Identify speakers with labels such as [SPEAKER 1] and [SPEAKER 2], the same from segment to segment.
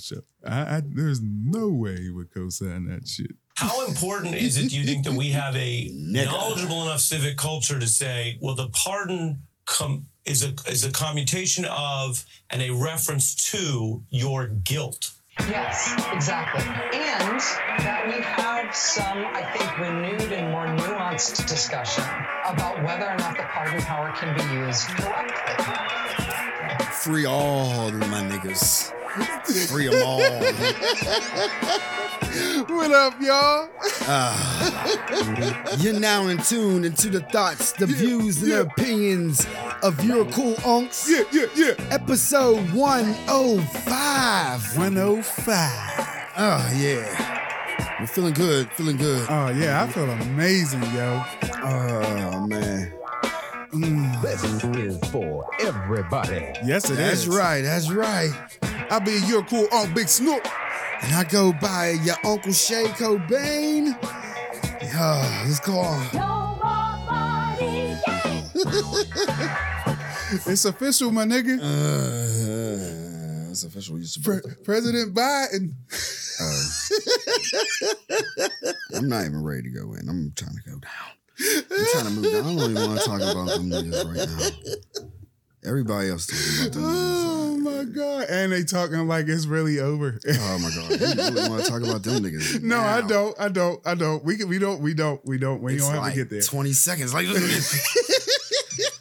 [SPEAKER 1] show. I, I there's no way he would co-sign that shit.
[SPEAKER 2] How important is it, do you think, that we have a knowledgeable enough civic culture to say, well, the pardon com- is a is a commutation of and a reference to your guilt?
[SPEAKER 3] Yes, exactly. And that we've had some, I think, renewed and more nuanced discussion about whether or not the pardon power can be used correctly.
[SPEAKER 4] Free all of my niggas. Free them all.
[SPEAKER 1] What up, y'all?
[SPEAKER 4] You're now in tune into the thoughts, the views, and
[SPEAKER 1] yeah.
[SPEAKER 4] opinions of your cool unks.
[SPEAKER 1] Yeah, yeah, yeah.
[SPEAKER 4] Episode 105.
[SPEAKER 1] 105.
[SPEAKER 4] Oh, yeah. We're feeling good, feeling good.
[SPEAKER 1] Oh yeah, I feel amazing, yo.
[SPEAKER 4] Oh, man.
[SPEAKER 5] This is for everybody.
[SPEAKER 1] Yes, it is.
[SPEAKER 4] That's right, that's right.
[SPEAKER 1] I be your cool on Big Snoop.
[SPEAKER 4] And I go by your Uncle Shay Cobain. Yeah, let's go on.
[SPEAKER 1] It's official, my nigga.
[SPEAKER 4] Uh, that's official. You
[SPEAKER 1] Pre-
[SPEAKER 4] supposed to-
[SPEAKER 1] President Biden.
[SPEAKER 4] I'm not even ready to go in. I'm trying to go down. I'm trying to move down. I don't even want to talk about them niggas right now. Everybody else talking about them
[SPEAKER 1] Oh
[SPEAKER 4] niggas.
[SPEAKER 1] my god! And they talking like it's really over.
[SPEAKER 4] Oh my god. You really want to talk about them niggas?
[SPEAKER 1] no, I
[SPEAKER 4] now.
[SPEAKER 1] don't. I don't. I don't. We can, we don't. We don't. We don't. We
[SPEAKER 4] It's
[SPEAKER 1] don't have
[SPEAKER 4] like
[SPEAKER 1] to get there.
[SPEAKER 4] 20 seconds. Like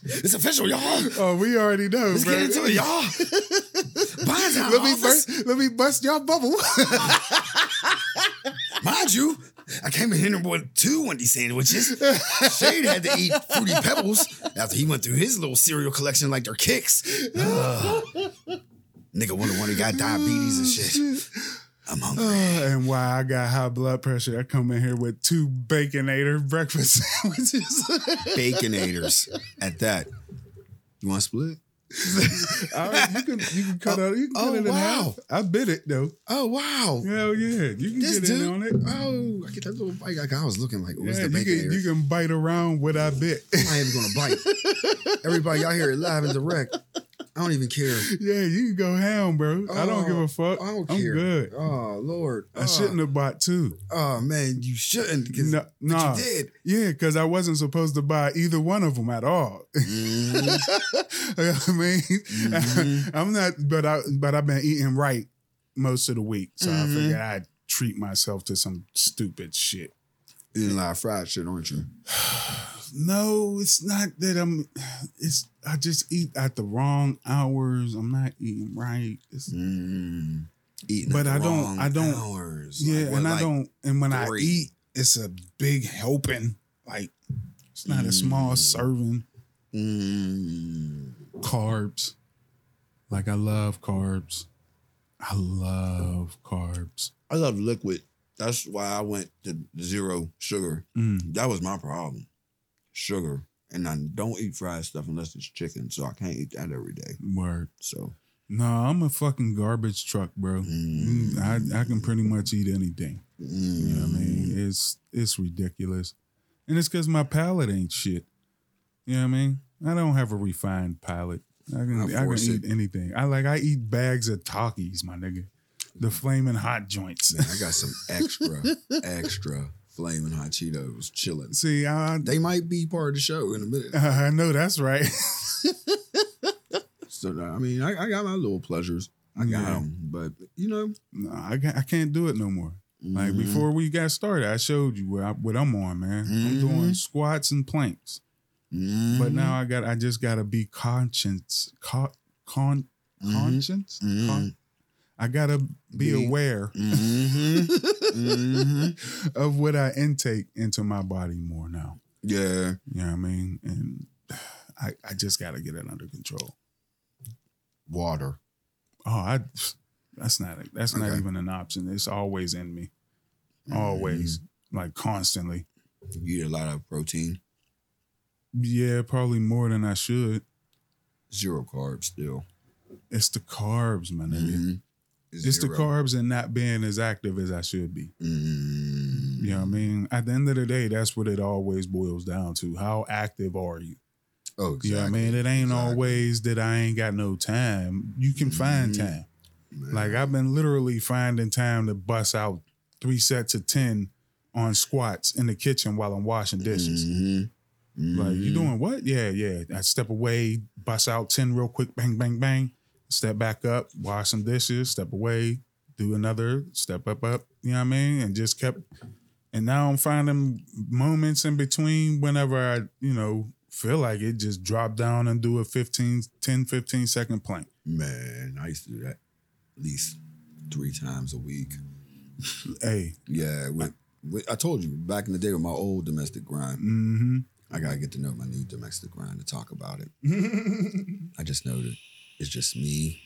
[SPEAKER 4] it's official, y'all.
[SPEAKER 1] oh, we already know,
[SPEAKER 4] Let's
[SPEAKER 1] bro.
[SPEAKER 4] get into it, y'all. Biden's out
[SPEAKER 1] let
[SPEAKER 4] of
[SPEAKER 1] me
[SPEAKER 4] office.
[SPEAKER 1] burst, let me bust your bubble.
[SPEAKER 4] Mind you, I came in here with two Wendy sandwiches. Shade had to eat fruity pebbles after he went through his little cereal collection like their kicks. Ugh. nigga wonder when he got diabetes and shit. I'm
[SPEAKER 1] Uh,
[SPEAKER 4] hungry.
[SPEAKER 1] and why I got high blood pressure? I come in here with two baconator breakfast sandwiches.
[SPEAKER 4] Baconators at that. You want to split?
[SPEAKER 1] All right, you can you can cut
[SPEAKER 4] Oh,
[SPEAKER 1] out. You can cut
[SPEAKER 4] oh,
[SPEAKER 1] it in
[SPEAKER 4] wow.
[SPEAKER 1] half. I bit it though.
[SPEAKER 4] Oh wow.
[SPEAKER 1] Hell yeah, you can
[SPEAKER 4] This
[SPEAKER 1] get
[SPEAKER 4] dude.
[SPEAKER 1] in on it.
[SPEAKER 4] Oh, I get that little bite. Like I was looking like, where's
[SPEAKER 1] Yeah,
[SPEAKER 4] the
[SPEAKER 1] you can
[SPEAKER 4] baconator?
[SPEAKER 1] you can bite around what I bit.
[SPEAKER 4] I am gonna bite. Everybody out here live and direct. I don't even care.
[SPEAKER 1] yeah, you can go ham, bro. I don't Uh,
[SPEAKER 4] Oh,
[SPEAKER 1] give a fuck.
[SPEAKER 4] I don't
[SPEAKER 1] am
[SPEAKER 4] care.
[SPEAKER 1] good.
[SPEAKER 4] Oh Lord.
[SPEAKER 1] I shouldn't have bought two.
[SPEAKER 4] Oh man, you shouldn't. 'cause-
[SPEAKER 1] No,
[SPEAKER 4] but
[SPEAKER 1] nah.
[SPEAKER 4] you did.
[SPEAKER 1] Yeah, because I wasn't supposed to buy either one of them at all.
[SPEAKER 4] Mm-hmm.
[SPEAKER 1] I mean, I'm not, but I but I've been eating right most of the week, so I figured I'd treat myself to some stupid shit.
[SPEAKER 4] You didn't lie, fried shit, aren't you?
[SPEAKER 1] No, it's not that I'm. It's I just eat at the wrong hours. I'm not eating right. It's,
[SPEAKER 4] Mm. Eating.
[SPEAKER 1] But
[SPEAKER 4] at
[SPEAKER 1] I
[SPEAKER 4] the
[SPEAKER 1] don't-
[SPEAKER 4] wrong
[SPEAKER 1] I don't-
[SPEAKER 4] Hours.
[SPEAKER 1] yeah,
[SPEAKER 4] Like, what,
[SPEAKER 1] and I
[SPEAKER 4] like-
[SPEAKER 1] don't. And when I
[SPEAKER 4] three?
[SPEAKER 1] eat, it's a big helping. Like it's not a small serving.
[SPEAKER 4] Mm.
[SPEAKER 1] carbs. Like I love carbs. I love carbs.
[SPEAKER 4] I love liquid. That's why I went to zero sugar.
[SPEAKER 1] Mm.
[SPEAKER 4] That was my problem. Sugar. And I don't eat fried stuff unless it's chicken, so I can't eat that every day.
[SPEAKER 1] Word.
[SPEAKER 4] So
[SPEAKER 1] No, I'm a fucking garbage truck, bro.
[SPEAKER 4] mm-hmm.
[SPEAKER 1] Mm, I, I can pretty much eat anything. You know what I
[SPEAKER 4] Mm.
[SPEAKER 1] mean? It's it's ridiculous. And it's cause my palate ain't shit. You know what I mean? I don't have a refined palate. I can
[SPEAKER 4] I
[SPEAKER 1] I, can
[SPEAKER 4] force
[SPEAKER 1] eat
[SPEAKER 4] it.
[SPEAKER 1] anything. I like I eat bags of Takis, my nigga. The flaming hot joints.
[SPEAKER 4] man, I got some extra, extra flaming hot Cheetos chilling.
[SPEAKER 1] See, I
[SPEAKER 4] They might be part of the show in a minute.
[SPEAKER 1] I know that's right.
[SPEAKER 4] So I mean, I, I got my little pleasures. I got
[SPEAKER 1] Yeah.
[SPEAKER 4] them, but you know, mm-hmm.
[SPEAKER 1] no, I, ca- I can't do it no more. Like before we got started, I showed you what, I, what I'm on, man. I'm
[SPEAKER 4] Mm-hmm.
[SPEAKER 1] doing squats and planks,
[SPEAKER 4] Mhm.
[SPEAKER 1] but now I got I just gotta be conscience, con, con
[SPEAKER 4] Mm-hmm.
[SPEAKER 1] conscience. Con- I gotta be
[SPEAKER 4] Be-
[SPEAKER 1] aware
[SPEAKER 4] Mhm. Mhm.
[SPEAKER 1] of what I intake into my body more now.
[SPEAKER 4] yeah,
[SPEAKER 1] You know what I mean? And I I just gotta get it under control.
[SPEAKER 4] water.
[SPEAKER 1] Oh, I that's not a, that's not
[SPEAKER 4] Okay.
[SPEAKER 1] even an option. It's always in me, always like constantly.
[SPEAKER 4] Mm-hmm. You eat a lot of protein,
[SPEAKER 1] Yeah, probably more than I should.
[SPEAKER 4] zero carbs still.
[SPEAKER 1] It's the carbs, my nigga.
[SPEAKER 4] Mhm.
[SPEAKER 1] It's the
[SPEAKER 4] Zero.
[SPEAKER 1] carbs and not being as active as I should be.
[SPEAKER 4] Mhm.
[SPEAKER 1] You know what I mean? At the end of the day, that's what it always boils down to. How active are you?
[SPEAKER 4] Oh, exactly.
[SPEAKER 1] You know what I mean? It ain't
[SPEAKER 4] Exactly.
[SPEAKER 1] always that I ain't got no time. You can find time. Like I've been literally finding time to bust out three sets of ten on squats in the kitchen while I'm washing dishes. Like
[SPEAKER 4] Mm-hmm.
[SPEAKER 1] you doing what? Yeah, yeah. I step away, bust out ten real quick, bang, bang, bang. Step back up, wash some dishes, step away, do another, step up, up. You know what I mean? And just kept. And now I'm finding moments in between whenever I, you know, feel like it, just drop down and do a 15, 10, 15 second plank.
[SPEAKER 4] Man, I used to do that at least three times a week.
[SPEAKER 1] Hey,
[SPEAKER 4] Yeah, with, with, I told you back in the day with my old domestic grind.
[SPEAKER 1] mm-hmm.
[SPEAKER 4] I gotta get to know my new domestic grind to talk about it. I just know that it's just me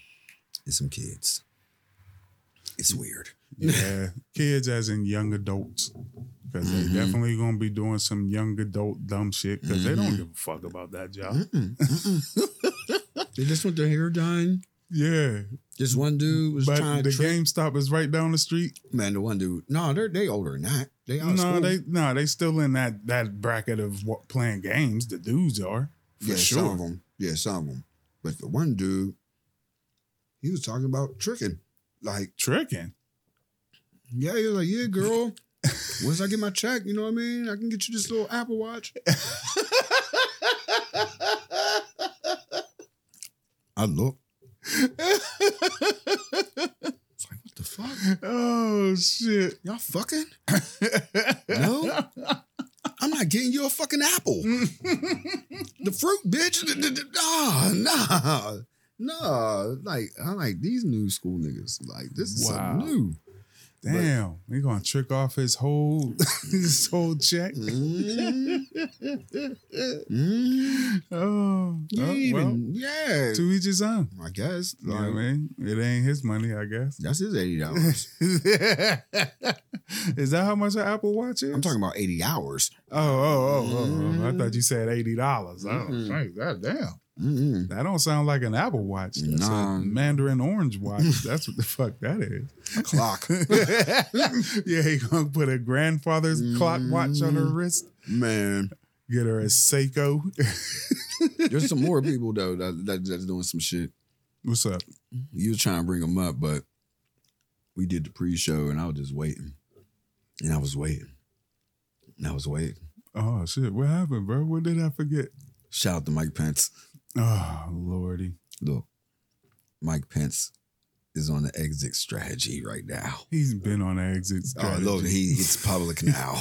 [SPEAKER 4] and some kids. It's weird.
[SPEAKER 1] Yeah, kids as in young adults, because
[SPEAKER 4] Mhm.
[SPEAKER 1] they definitely gonna be doing some young adult dumb shit because they don't give a fuck about that job. uh-uh.
[SPEAKER 4] They just want their hair done.
[SPEAKER 1] Yeah,
[SPEAKER 4] This one dude was
[SPEAKER 1] but
[SPEAKER 4] trying
[SPEAKER 1] the
[SPEAKER 4] to trick.
[SPEAKER 1] GameStop is right down the street.
[SPEAKER 4] Man, the one dude. No, they're they older than that. They out
[SPEAKER 1] No,
[SPEAKER 4] of school.
[SPEAKER 1] they no, they still in that that bracket of what, playing games. The dudes are for
[SPEAKER 4] yeah, some
[SPEAKER 1] sure.
[SPEAKER 4] of them. Yeah, some of them. But the one dude, he was talking about tricking. Like,
[SPEAKER 1] Tricking.
[SPEAKER 4] yeah, he was like, yeah, girl. Once I get my check, you know what I mean? I can get you this little Apple Watch. I look. it's like, what the fuck?
[SPEAKER 1] Oh shit!
[SPEAKER 4] Y'all fucking? No. I'm not getting you a fucking apple. the fruit, bitch. D- d- d- Nah, nah. Nah. Like, I'm like, these new school niggas, like, this is
[SPEAKER 1] Wow.
[SPEAKER 4] something new.
[SPEAKER 1] Damn, we gonna trick off his whole his whole check.
[SPEAKER 4] Mm. Mm.
[SPEAKER 1] Oh,
[SPEAKER 4] You
[SPEAKER 1] oh,
[SPEAKER 4] even,
[SPEAKER 1] well,
[SPEAKER 4] yeah.
[SPEAKER 1] to each his own.
[SPEAKER 4] I guess.
[SPEAKER 1] You know
[SPEAKER 4] like,
[SPEAKER 1] what I mean? It ain't his money, I guess.
[SPEAKER 4] That's his eighty dollars.
[SPEAKER 1] is that how much an Apple Watch is?
[SPEAKER 4] I'm talking about eighty hours.
[SPEAKER 1] Oh, oh, oh, oh, oh. I thought you said eighty dollars. Oh, thank God damn.
[SPEAKER 4] Mm-mm.
[SPEAKER 1] That don't sound like an Apple Watch. That's
[SPEAKER 4] Nah.
[SPEAKER 1] a Mandarin Orange watch. That's what the fuck that is.
[SPEAKER 4] Clock,
[SPEAKER 1] yeah, he gonna put a grandfather's clock watch on
[SPEAKER 4] Mm.
[SPEAKER 1] her wrist.
[SPEAKER 4] man.
[SPEAKER 1] Get her a Seiko.
[SPEAKER 4] There's some more people though that, that that's doing some shit.
[SPEAKER 1] What's up?
[SPEAKER 4] You was trying to bring them up, but we did the pre-show and I was just waiting, and I was waiting, and I was waiting.
[SPEAKER 1] Oh shit! What happened, bro? What did I forget?
[SPEAKER 4] Shout out to Mike Pence.
[SPEAKER 1] Oh lordy,
[SPEAKER 4] Look, Mike Pence is on the exit strategy right now.
[SPEAKER 1] he's been on an exit strategy.
[SPEAKER 4] Oh, look, he it's public now.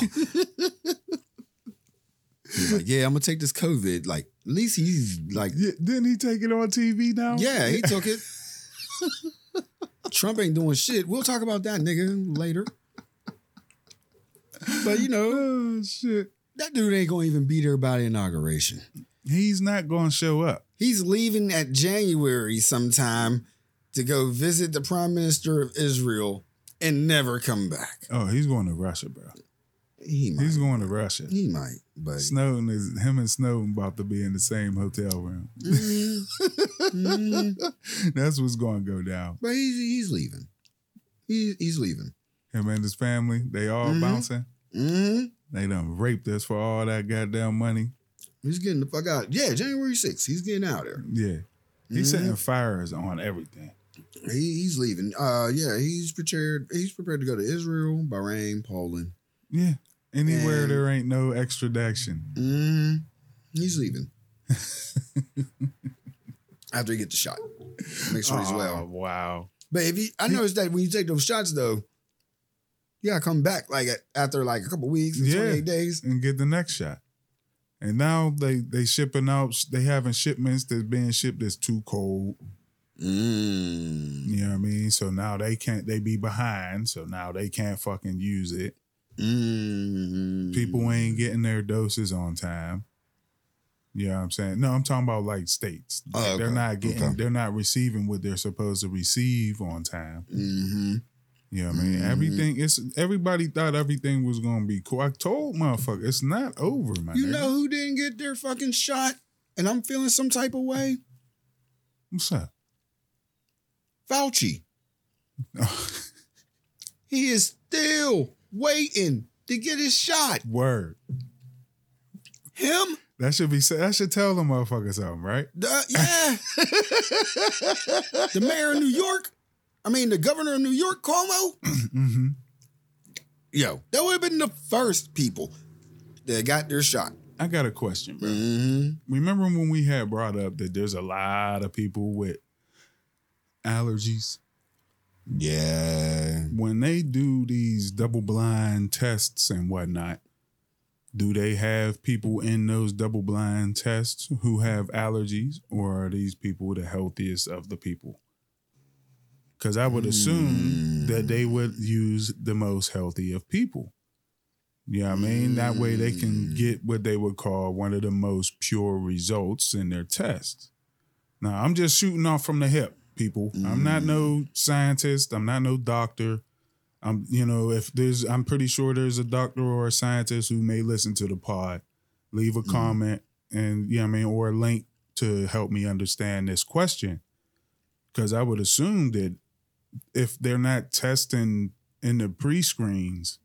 [SPEAKER 4] he's like, yeah, I'm gonna take this COVID. Like, at least he's like,
[SPEAKER 1] Yeah, didn't he take it on TV now?
[SPEAKER 4] yeah, he took it. Trump ain't doing shit. We'll talk about that nigga later. But you know,
[SPEAKER 1] Oh shit!
[SPEAKER 4] that dude ain't gonna even be there by the inauguration.
[SPEAKER 1] He's not gonna show up.
[SPEAKER 4] He's leaving at January sometime to go visit the Prime Minister of Israel and never come back.
[SPEAKER 1] Oh, he's going to Russia, bro.
[SPEAKER 4] He might.
[SPEAKER 1] He's going to Russia.
[SPEAKER 4] he might, but
[SPEAKER 1] Snowden is him and Snowden about to be in the same hotel room. That's what's going to go down.
[SPEAKER 4] Mm-hmm. But he's he's leaving. He, he's leaving.
[SPEAKER 1] Him and his family, they all
[SPEAKER 4] Mhm.
[SPEAKER 1] bouncing.
[SPEAKER 4] Mm-hmm.
[SPEAKER 1] They done raped us for all that goddamn money.
[SPEAKER 4] He's getting the fuck out. Yeah, January 6th. He's getting out of there.
[SPEAKER 1] Yeah,
[SPEAKER 4] Mhm.
[SPEAKER 1] he's setting fires on everything.
[SPEAKER 4] He, he's leaving. Uh, yeah, he's prepared. He's prepared to go to Israel, Bahrain, Poland.
[SPEAKER 1] Yeah, anywhere
[SPEAKER 4] Man.
[SPEAKER 1] there ain't no extradition.
[SPEAKER 4] Mm-hmm. He's leaving. After he gets the shot, make sure he's
[SPEAKER 1] Aw,
[SPEAKER 4] well.
[SPEAKER 1] Wow.
[SPEAKER 4] But if you, I noticed that when you take those shots though, you gotta come back like after like a couple weeks, and
[SPEAKER 1] Yeah.
[SPEAKER 4] 28 days.
[SPEAKER 1] and get the next shot. And now they they shipping out. They having shipments that's being shipped that's too cold.
[SPEAKER 4] Mm.
[SPEAKER 1] You know what I mean? So now they can't. They be behind. So now they can't fucking use it.
[SPEAKER 4] Mm.
[SPEAKER 1] People ain't getting their doses on time. You know what I'm saying? No, I'm talking about like states.
[SPEAKER 4] Oh,
[SPEAKER 1] Like, They're
[SPEAKER 4] okay.
[SPEAKER 1] not getting.
[SPEAKER 4] Okay.
[SPEAKER 1] They're not receiving what they're supposed to receive on time.
[SPEAKER 4] Mm-hmm.
[SPEAKER 1] You know what I mean?
[SPEAKER 4] Mhm.
[SPEAKER 1] Everything. It's everybody thought everything was gonna be cool. I told motherfucker, it's not over, man.
[SPEAKER 4] You know who didn't get their fucking shot and I'm feeling some type of way?
[SPEAKER 1] what's up?
[SPEAKER 4] Fauci. He is still waiting to get his shot.
[SPEAKER 1] Word.
[SPEAKER 4] Him?
[SPEAKER 1] That should be. sa- That should tell the motherfucker something, right?
[SPEAKER 4] The, yeah. the mayor of New York I mean, the governor of New York, Cuomo.
[SPEAKER 1] hmm
[SPEAKER 4] Yo, that would have been the first people that got their shot.
[SPEAKER 1] I got a question, bro.
[SPEAKER 4] Mm-hmm.
[SPEAKER 1] Remember when we had brought up that there's a lot of people with allergies?
[SPEAKER 4] Yeah.
[SPEAKER 1] When they do these double blind tests and whatnot, do they have people in those double blind tests who have allergies, or are these people the healthiest of the people? Because I would assume that they would use the most healthy of people. You know what I mean? That way they can get what they would call one of the most pure results in their test. Now, I'm just shooting off from the hip, people. I'm not no scientist. I'm not no doctor. I'm, you know, if there's, I'm pretty sure there's a doctor or a scientist who may listen to the pod. Leave a comment and, you know what I mean, or a link to help me understand this question. Because I would assume that if they're not testing in the pre screens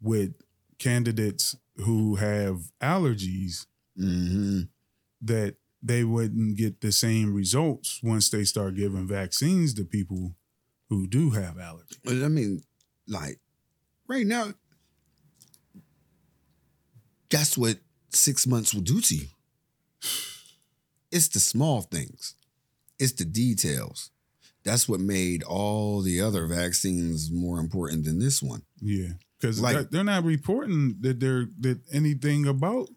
[SPEAKER 1] with candidates who have allergies,
[SPEAKER 4] Mm-hmm.
[SPEAKER 1] that they wouldn't get the same results once they start giving vaccines to people who do have allergies.
[SPEAKER 4] But I mean, like, right now, that's what six months will do to you. It's the small things, it's the details. That's what made all the other vaccines more important than this one.
[SPEAKER 1] Yeah, because
[SPEAKER 4] Like-
[SPEAKER 1] they're not reporting that they're that anything about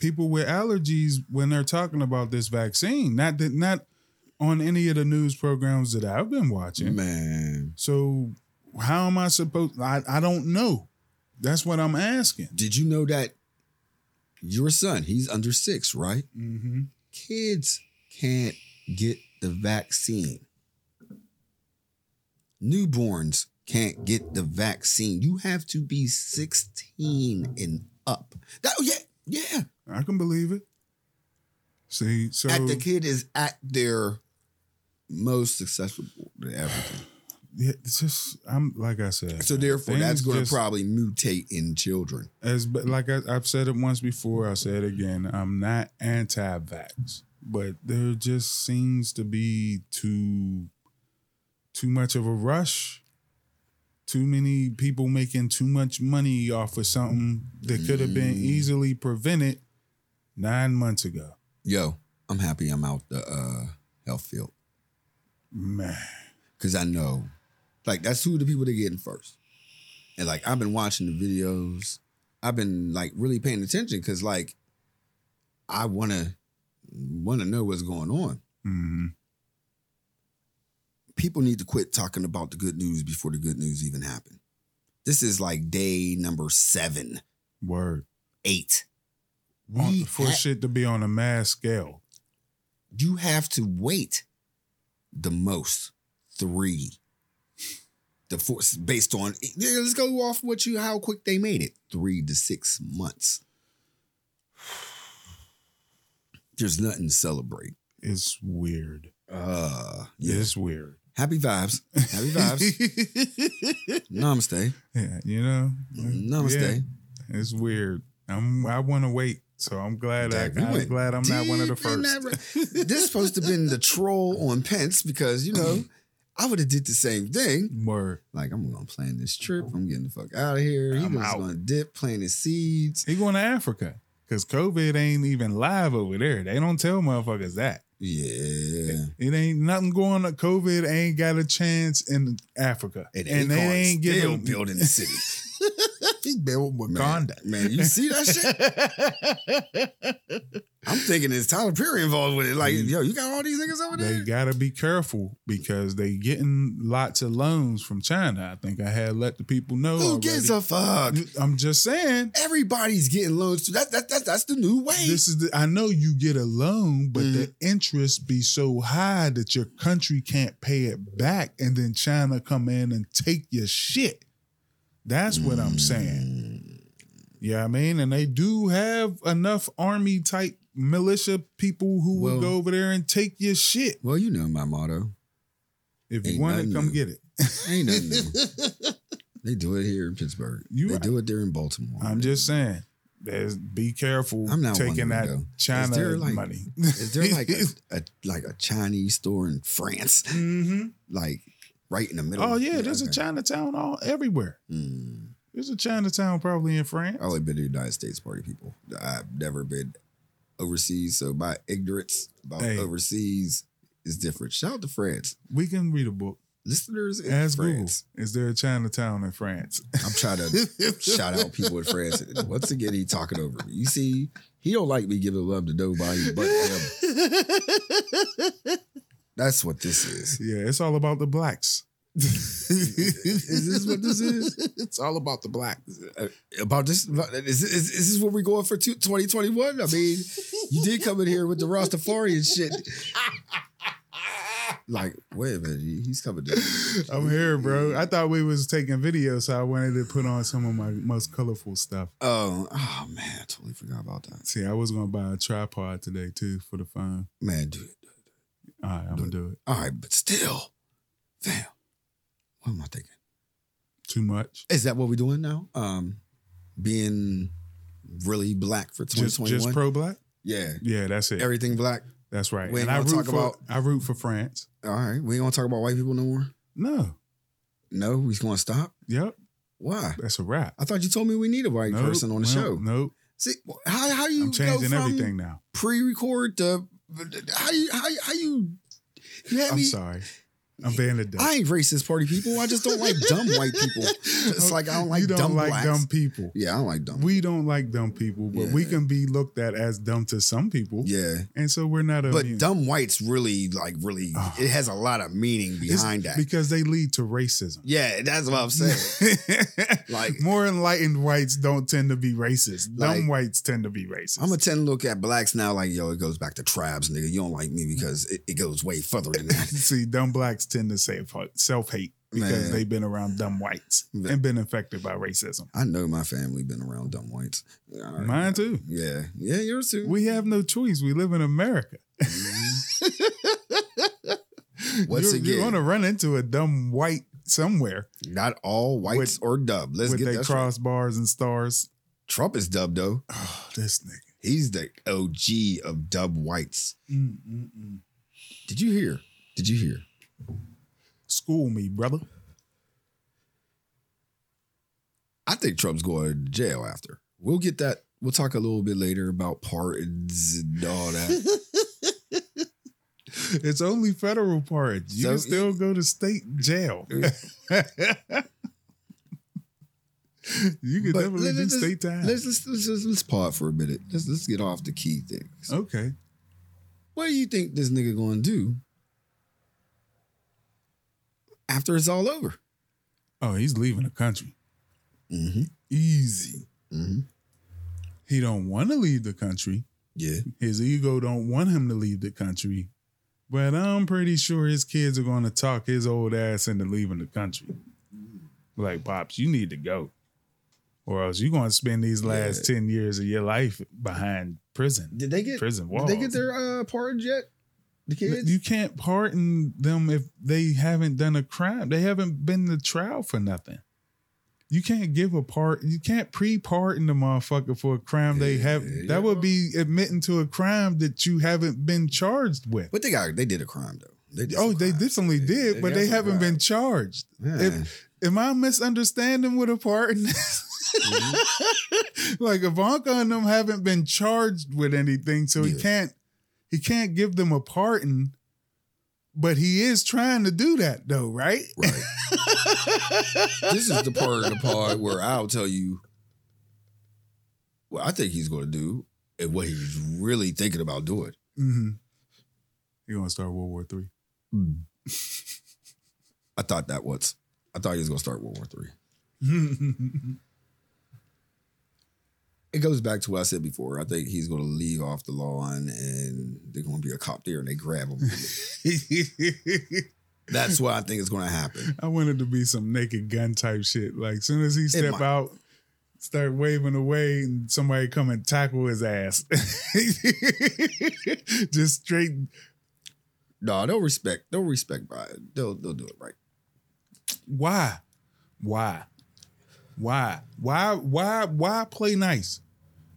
[SPEAKER 1] people with allergies when they're talking about this vaccine. Not that not on any of the news programs that I've been watching.
[SPEAKER 4] Mm. Man.
[SPEAKER 1] So how am I supposed? I I don't know. That's what I'm asking.
[SPEAKER 4] Did you know that your son, he's under six, right?
[SPEAKER 1] Mm-hmm.
[SPEAKER 4] kids can't get the vaccine. Newborns can't get the vaccine. You have to be 16 and up. That, oh, yeah, yeah.
[SPEAKER 1] I can believe it. See, so
[SPEAKER 4] At the kid is at their most successful to everything.
[SPEAKER 1] Yeah, it's just I'm like I said.
[SPEAKER 4] So
[SPEAKER 1] man,
[SPEAKER 4] therefore, that's
[SPEAKER 1] things
[SPEAKER 4] going to
[SPEAKER 1] just-
[SPEAKER 4] probably mutate in children.
[SPEAKER 1] as but like I, I've said it once before. I'll say it again. I'm not anti-vax, but there just seems to be too too much of a rush. Too many people making too much money off of something that could have been
[SPEAKER 4] Mm.
[SPEAKER 1] easily prevented nine months ago.
[SPEAKER 4] Yo, I'm happy I'm out the uh, health field
[SPEAKER 1] Man,
[SPEAKER 4] because I know, like, that's who the people they're getting first. And like, I've been watching the videos. I've been like really paying attention because like, I wanna wanna know what's going on.
[SPEAKER 1] Mhm.
[SPEAKER 4] People need to quit talking about the good news before the good news even happened. This is like day number seven,
[SPEAKER 1] word
[SPEAKER 4] eight.
[SPEAKER 1] On-
[SPEAKER 4] We
[SPEAKER 1] for
[SPEAKER 4] ha-
[SPEAKER 1] shit to be on a mass scale.
[SPEAKER 4] you have to wait the most three the four based on eh, yeah, let's go off what you how quick they made it three to six months there's nothing to celebrate
[SPEAKER 1] It's weird.
[SPEAKER 4] uh yeah
[SPEAKER 1] It's weird.
[SPEAKER 4] happy vibes happy vibes namaste
[SPEAKER 1] Yeah, you know.
[SPEAKER 4] namaste
[SPEAKER 1] Yeah, it's weird. I'm I want to wait, so I'm glad I,
[SPEAKER 4] Dang, we
[SPEAKER 1] I'm
[SPEAKER 4] went
[SPEAKER 1] glad I'm not one of the
[SPEAKER 4] deep in that
[SPEAKER 1] first.
[SPEAKER 4] ra- this is supposed to have been the troll on pence because you know i would have did the same thing
[SPEAKER 1] Word.
[SPEAKER 4] Like, I'm gonna plan this trip. I'm getting the fuck out of here. He
[SPEAKER 1] I'm
[SPEAKER 4] was
[SPEAKER 1] out.
[SPEAKER 4] gonna dip, plant his seeds.
[SPEAKER 1] He going to Africa because COVID ain't even live over there. They don't tell motherfuckers that.
[SPEAKER 4] Yeah.
[SPEAKER 1] It ain't nothing going on. COVID ain't got a chance in Africa.
[SPEAKER 4] And, and
[SPEAKER 1] they
[SPEAKER 4] ain't still
[SPEAKER 1] giving-
[SPEAKER 4] building the city.
[SPEAKER 1] He built
[SPEAKER 4] Man,
[SPEAKER 1] Wakanda.
[SPEAKER 4] man, you see that shit? I'm thinking it's Tyler Perry involved with it. Like, yo, you got all these niggas over
[SPEAKER 1] Mm. They
[SPEAKER 4] there?
[SPEAKER 1] gotta be careful because they getting lots of loans from China. I think I had let the people know.
[SPEAKER 4] Who
[SPEAKER 1] already.
[SPEAKER 4] gives a fuck?
[SPEAKER 1] I'm just saying.
[SPEAKER 4] Everybody's getting loans. too. That, that, that, that's the new way.
[SPEAKER 1] This is the, I know you get a loan, but the
[SPEAKER 4] Mm-hmm.
[SPEAKER 1] interest be so high that your country can't pay it back, and then China come in and take your shit. That's what I'm saying.
[SPEAKER 4] Mm.
[SPEAKER 1] Yeah, I mean, and they do have enough army type militia people who will
[SPEAKER 4] Well-
[SPEAKER 1] go over there and take your shit.
[SPEAKER 4] well, you know my motto.
[SPEAKER 1] If you
[SPEAKER 4] Ain't
[SPEAKER 1] want it,
[SPEAKER 4] nothing
[SPEAKER 1] come
[SPEAKER 4] new.
[SPEAKER 1] get it.
[SPEAKER 4] Ain't nothing new. they do it here in Pittsburgh.
[SPEAKER 1] You
[SPEAKER 4] they
[SPEAKER 1] right.
[SPEAKER 4] do it there in Baltimore.
[SPEAKER 1] I'm just saying. There's, be careful
[SPEAKER 4] I'm not
[SPEAKER 1] taking
[SPEAKER 4] wondering,
[SPEAKER 1] that
[SPEAKER 4] though. Is
[SPEAKER 1] China
[SPEAKER 4] there, like-
[SPEAKER 1] money.
[SPEAKER 4] Is there like a, a like a Chinese store in France?
[SPEAKER 1] hmm
[SPEAKER 4] Like right in the middle.
[SPEAKER 1] Oh yeah, there's a
[SPEAKER 4] okay.
[SPEAKER 1] Chinatown all everywhere.
[SPEAKER 4] Mm.
[SPEAKER 1] There's a Chinatown probably in France.
[SPEAKER 4] I've only been to the United States party people. I've never been overseas, so my ignorance about
[SPEAKER 1] Hey.
[SPEAKER 4] overseas is different. Shout out to France.
[SPEAKER 1] We can read a book.
[SPEAKER 4] Listeners in
[SPEAKER 1] Ask
[SPEAKER 4] France.
[SPEAKER 1] Google, is there a Chinatown in France?
[SPEAKER 4] I'm trying to shout out people in France. And once again, he talking over me. You see, he don't like me giving love to nobody but him. That's what this is.
[SPEAKER 1] yeah, it's all about the blacks.
[SPEAKER 4] is this what this is?
[SPEAKER 1] It's all about the blacks.
[SPEAKER 4] About this? about- Is, is, is this what we're going for two- 2021? I mean, you did come in here with the Rastafarian shit. Like, wait a minute, he- he's coming down.
[SPEAKER 1] I'm here, bro. I thought we was taking video, so I wanted to put on some of my most colorful stuff.
[SPEAKER 4] Oh, oh man, I totally forgot about that.
[SPEAKER 1] See, I was gonna buy a tripod today too for the phone.
[SPEAKER 4] Man, dude.
[SPEAKER 1] All right, I'm gonna do it.
[SPEAKER 4] All right, but still, fam, what am I thinking?
[SPEAKER 1] Too much.
[SPEAKER 4] Is that what we're doing now? Um, being really black for
[SPEAKER 1] Just,
[SPEAKER 4] 2021.
[SPEAKER 1] just pro black.
[SPEAKER 4] yeah,
[SPEAKER 1] Yeah, that's it.
[SPEAKER 4] everything black.
[SPEAKER 1] That's right.
[SPEAKER 4] we ain't
[SPEAKER 1] And I root
[SPEAKER 4] gonna talk
[SPEAKER 1] for
[SPEAKER 4] about-
[SPEAKER 1] I root for France.
[SPEAKER 4] All right, we ain't gonna talk about white people no more.
[SPEAKER 1] No.
[SPEAKER 4] No, we just gonna stop.
[SPEAKER 1] Yep.
[SPEAKER 4] Why?
[SPEAKER 1] That's a wrap.
[SPEAKER 4] I thought you told me we need a white
[SPEAKER 1] Nope,
[SPEAKER 4] person on
[SPEAKER 1] nope,
[SPEAKER 4] the show.
[SPEAKER 1] Nope.
[SPEAKER 4] See, how how you
[SPEAKER 1] I'm
[SPEAKER 4] go
[SPEAKER 1] changing
[SPEAKER 4] from
[SPEAKER 1] everything now.
[SPEAKER 4] pre-record to how you how you- how you you had
[SPEAKER 1] I'm
[SPEAKER 4] me.
[SPEAKER 1] sorry. I'm being a dick.
[SPEAKER 4] I ain't racist, party people. I just don't like dumb white people. It's like I don't like
[SPEAKER 1] you don't
[SPEAKER 4] dumb
[SPEAKER 1] like
[SPEAKER 4] blacks.
[SPEAKER 1] dumb people.
[SPEAKER 4] Yeah, I don't like dumb.
[SPEAKER 1] We don't like dumb people, but we
[SPEAKER 4] Yeah.
[SPEAKER 1] can be looked at as dumb to some people.
[SPEAKER 4] yeah,
[SPEAKER 1] And so we're not
[SPEAKER 4] but
[SPEAKER 1] immune.
[SPEAKER 4] dumb white's really like really.
[SPEAKER 1] Oh.
[SPEAKER 4] It has a lot of meaning
[SPEAKER 1] It's
[SPEAKER 4] behind that.
[SPEAKER 1] Because they lead to racism.
[SPEAKER 4] Yeah, that's what I'm saying. Like-
[SPEAKER 1] more enlightened whites don't tend to be racist.
[SPEAKER 4] Like-
[SPEAKER 1] dumb whites tend to be racist.
[SPEAKER 4] I'm gonna tend to look at blacks now like yo, it goes back to tribes, nigga. You don't like me because it, it goes way further than that.
[SPEAKER 1] See, dumb blacks tend to self hate because
[SPEAKER 4] Man.
[SPEAKER 1] they've been around dumb whites
[SPEAKER 4] Man.
[SPEAKER 1] and been affected by racism.
[SPEAKER 4] I know my family been around dumb whites. All right.
[SPEAKER 1] Mine too.
[SPEAKER 4] yeah, yeah, yours too.
[SPEAKER 1] We have no choice. We live in America.
[SPEAKER 4] Once
[SPEAKER 1] you're,
[SPEAKER 4] again,
[SPEAKER 1] you're gonna run into a dumb white somewhere
[SPEAKER 4] not all whites or dub. Let's
[SPEAKER 1] with
[SPEAKER 4] get
[SPEAKER 1] their
[SPEAKER 4] that. Right.
[SPEAKER 1] crossbars and stars.
[SPEAKER 4] Trump is dub though.
[SPEAKER 1] Oh, this nigga.
[SPEAKER 4] He's the OG of dub whites. Did you hear? Did you hear?
[SPEAKER 1] School me, brother.
[SPEAKER 4] I think Trump's going to jail after. We'll get that. We'll talk a little bit later about pardons and all that.
[SPEAKER 1] It's only federal parts. You
[SPEAKER 4] So-
[SPEAKER 1] can still go to state jail. you could
[SPEAKER 4] But
[SPEAKER 1] definitely
[SPEAKER 4] let-
[SPEAKER 1] do
[SPEAKER 4] let's-
[SPEAKER 1] state time.
[SPEAKER 4] let's, let's let's let's let's pause for a minute. Let's let's get off the key things.
[SPEAKER 1] Okay.
[SPEAKER 4] What do you think this nigga going to do after it's all over?
[SPEAKER 1] Oh, he's leaving the country.
[SPEAKER 4] Mm-hmm.
[SPEAKER 1] Easy.
[SPEAKER 4] Mm-hmm.
[SPEAKER 1] He don't want to leave the country.
[SPEAKER 4] Yeah.
[SPEAKER 1] His ego don't want him to leave the country. But I'm pretty sure his kids are going to talk his old ass into leaving the country. Like, pops, you need to go, or else you're going to spend these last ten years of your life behind prison.
[SPEAKER 4] Did they get
[SPEAKER 1] Prison
[SPEAKER 4] Did
[SPEAKER 1] walls.
[SPEAKER 4] they get their uh, pardons yet? The kids.
[SPEAKER 1] You can't pardon them if they haven't done a crime. They haven't been to trial for nothing. You can't give a part. You can't pre-pardon the motherfucker for a crime they have.
[SPEAKER 4] Yeah.
[SPEAKER 1] That would be admitting to a crime that you haven't been charged with.
[SPEAKER 4] but they got they did a crime though. They did
[SPEAKER 1] Oh,
[SPEAKER 4] some
[SPEAKER 1] they
[SPEAKER 4] crimes.
[SPEAKER 1] definitely did,
[SPEAKER 4] they
[SPEAKER 1] but
[SPEAKER 4] got
[SPEAKER 1] they
[SPEAKER 4] some
[SPEAKER 1] haven't been
[SPEAKER 4] crimes.
[SPEAKER 1] charged.
[SPEAKER 4] Yeah.
[SPEAKER 1] If, am I misunderstanding what a pardon is?
[SPEAKER 4] Mm-hmm.
[SPEAKER 1] like Ivanka and them haven't been charged with anything, so he
[SPEAKER 4] Yeah.
[SPEAKER 1] can't he can't give them a pardon. But he is trying to do that though, right?
[SPEAKER 4] Right. this is the part of the pod where I'll tell you what I think he's going to do and what he's really thinking about doing.
[SPEAKER 1] Mm-hmm. You're gonna start World War Three.
[SPEAKER 4] I thought that was. I thought he was going to start World War Three. It goes back to what I said before. I think he's going to leave off the lawn and they're going to be a cop there and they grab him. That's what I think is going to happen.
[SPEAKER 1] I wanted to be some naked gun type shit. Like soon as he step
[SPEAKER 4] might-
[SPEAKER 1] out, start waving away, and somebody come and tackle his ass. Just straight.
[SPEAKER 4] No, they'll respect. They'll respect by it. They'll, they'll do it right.
[SPEAKER 1] Why? Why? Why? Why? Why? Why play nice?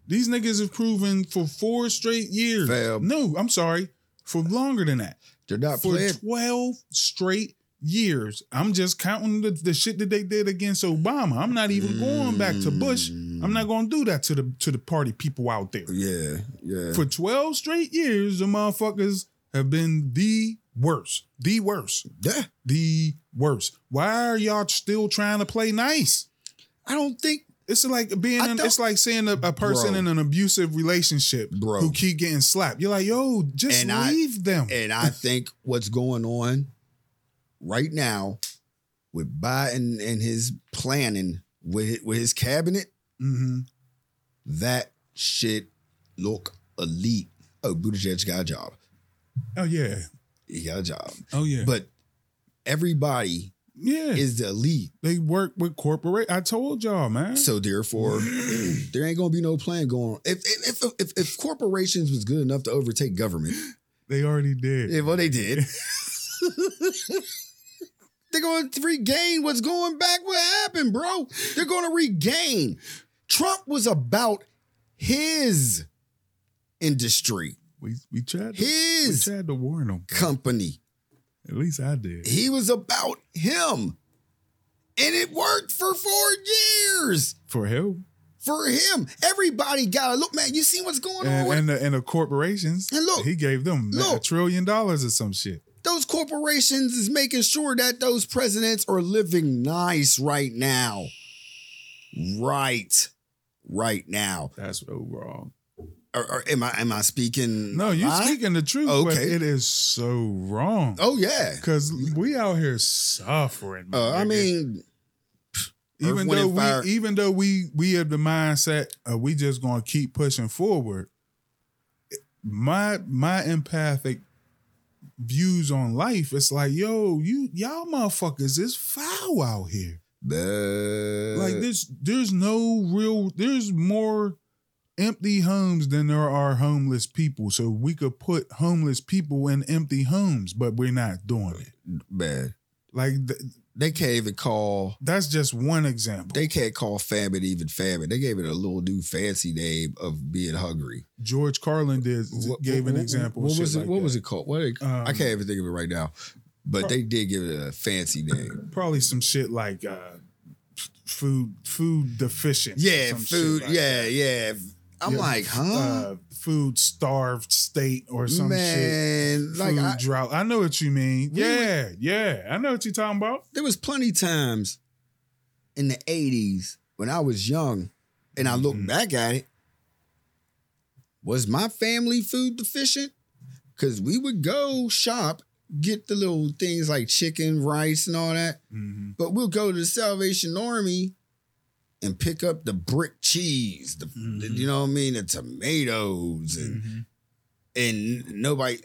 [SPEAKER 1] These niggas have proven for four straight years.
[SPEAKER 4] Fam.
[SPEAKER 1] No, I'm sorry, for longer than that.
[SPEAKER 4] They're not
[SPEAKER 1] for
[SPEAKER 4] playing.
[SPEAKER 1] 12 straight years. I'm just counting the, the shit that they did against Obama. I'm not even going back to Bush. I'm not going to do that to the to the party people out there.
[SPEAKER 4] Mm. Yeah, yeah.
[SPEAKER 1] For 12 straight years, the motherfuckers have been the worst. The worst.
[SPEAKER 4] yeah.
[SPEAKER 1] The worst. Why are y'all still trying to play nice?
[SPEAKER 4] I don't think
[SPEAKER 1] It's like being
[SPEAKER 4] I
[SPEAKER 1] in,
[SPEAKER 4] don't-
[SPEAKER 1] it's like seeing a, a person
[SPEAKER 4] Bro.
[SPEAKER 1] in an abusive relationship
[SPEAKER 4] Bro.
[SPEAKER 1] who keep getting slapped. You're like, yo, just
[SPEAKER 4] And I-
[SPEAKER 1] leave them.
[SPEAKER 4] and I think what's going on right now with Biden and his planning with his, with his cabinet,
[SPEAKER 1] hmm
[SPEAKER 4] that shit look elite. Oh, Buttigieg got a job.
[SPEAKER 1] Oh yeah.
[SPEAKER 4] He got a job.
[SPEAKER 1] Oh yeah.
[SPEAKER 4] But everybody
[SPEAKER 1] yeah.
[SPEAKER 4] is the elite.
[SPEAKER 1] they work with corporate. I told y'all, man.
[SPEAKER 4] So therefore, there ain't gonna be no plan going on. If if, if if if corporations was good enough to overtake government,
[SPEAKER 1] they already did.
[SPEAKER 4] yeah, well they did. They're gonna regain what's going back. What happened, bro? They're gonna regain. Trump was about his industry,
[SPEAKER 1] We we tried to, we
[SPEAKER 4] his
[SPEAKER 1] tried to warn them.
[SPEAKER 4] company.
[SPEAKER 1] At least I did.
[SPEAKER 4] He was about him. And it worked for four years
[SPEAKER 1] For who?
[SPEAKER 4] for him. Everybody got to look, man. You see what's going on
[SPEAKER 1] And
[SPEAKER 4] with
[SPEAKER 1] and the, and the corporations.
[SPEAKER 4] And look.
[SPEAKER 1] he gave them a
[SPEAKER 4] Look.
[SPEAKER 1] trillion dollars or some shit.
[SPEAKER 4] those corporations is making sure that those presidents are living nice right now. Right. Right now.
[SPEAKER 1] That's so wrong.
[SPEAKER 4] Or, or am I am I speaking?
[SPEAKER 1] No, you
[SPEAKER 4] lie?
[SPEAKER 1] speaking the truth, but
[SPEAKER 4] Okay.
[SPEAKER 1] it is so wrong.
[SPEAKER 4] Oh yeah.
[SPEAKER 1] Cause we out here suffering. my
[SPEAKER 4] Uh, I
[SPEAKER 1] nigga.
[SPEAKER 4] mean, Earth,
[SPEAKER 1] even
[SPEAKER 4] Wind,
[SPEAKER 1] though
[SPEAKER 4] and Fire.
[SPEAKER 1] we, even though we we have the mindset uh, we just gonna keep pushing forward. My my empathic views on life, it's like, yo, you y'all motherfuckers is foul out here. like
[SPEAKER 4] like
[SPEAKER 1] this, there's no real. There's more empty homes than there are homeless people. So we could put homeless people in empty homes, but we're not doing it.
[SPEAKER 4] man.
[SPEAKER 1] Like th-
[SPEAKER 4] They can't even call
[SPEAKER 1] that's just one example.
[SPEAKER 4] they can't call famine even famine. They gave it a little new fancy name of being hungry.
[SPEAKER 1] George Carlin did
[SPEAKER 4] What-
[SPEAKER 1] gave an
[SPEAKER 4] what-
[SPEAKER 1] example.
[SPEAKER 4] What was it? what was it called? What it-
[SPEAKER 1] Um,
[SPEAKER 4] I can't even think of it right now. But they did give it a fancy name.
[SPEAKER 1] Probably some shit like uh, f- food food deficient. or
[SPEAKER 4] Yeah,
[SPEAKER 1] some shit
[SPEAKER 4] food.
[SPEAKER 1] like
[SPEAKER 4] yeah,
[SPEAKER 1] that.
[SPEAKER 4] yeah. I'm
[SPEAKER 1] Yeah.
[SPEAKER 4] like, huh,
[SPEAKER 1] Uh, food starved state or some shit.
[SPEAKER 4] man. Like,
[SPEAKER 1] food
[SPEAKER 4] I,
[SPEAKER 1] drought. I know what you mean.
[SPEAKER 4] We
[SPEAKER 1] yeah, yeah. I know what you're talking about.
[SPEAKER 4] there was plenty times in the '80s when I was young, and I look
[SPEAKER 1] Mhm.
[SPEAKER 4] back at it. Was my family food deficient? Because we would go shop, get the little things like chicken, rice, and all that.
[SPEAKER 1] Mhm.
[SPEAKER 4] But we'll go to the Salvation Army and pick up the brick cheese, the, the-
[SPEAKER 1] Mm-hmm.
[SPEAKER 4] you know what I mean, the tomatoes, and
[SPEAKER 1] Mm-hmm.
[SPEAKER 4] and nobody.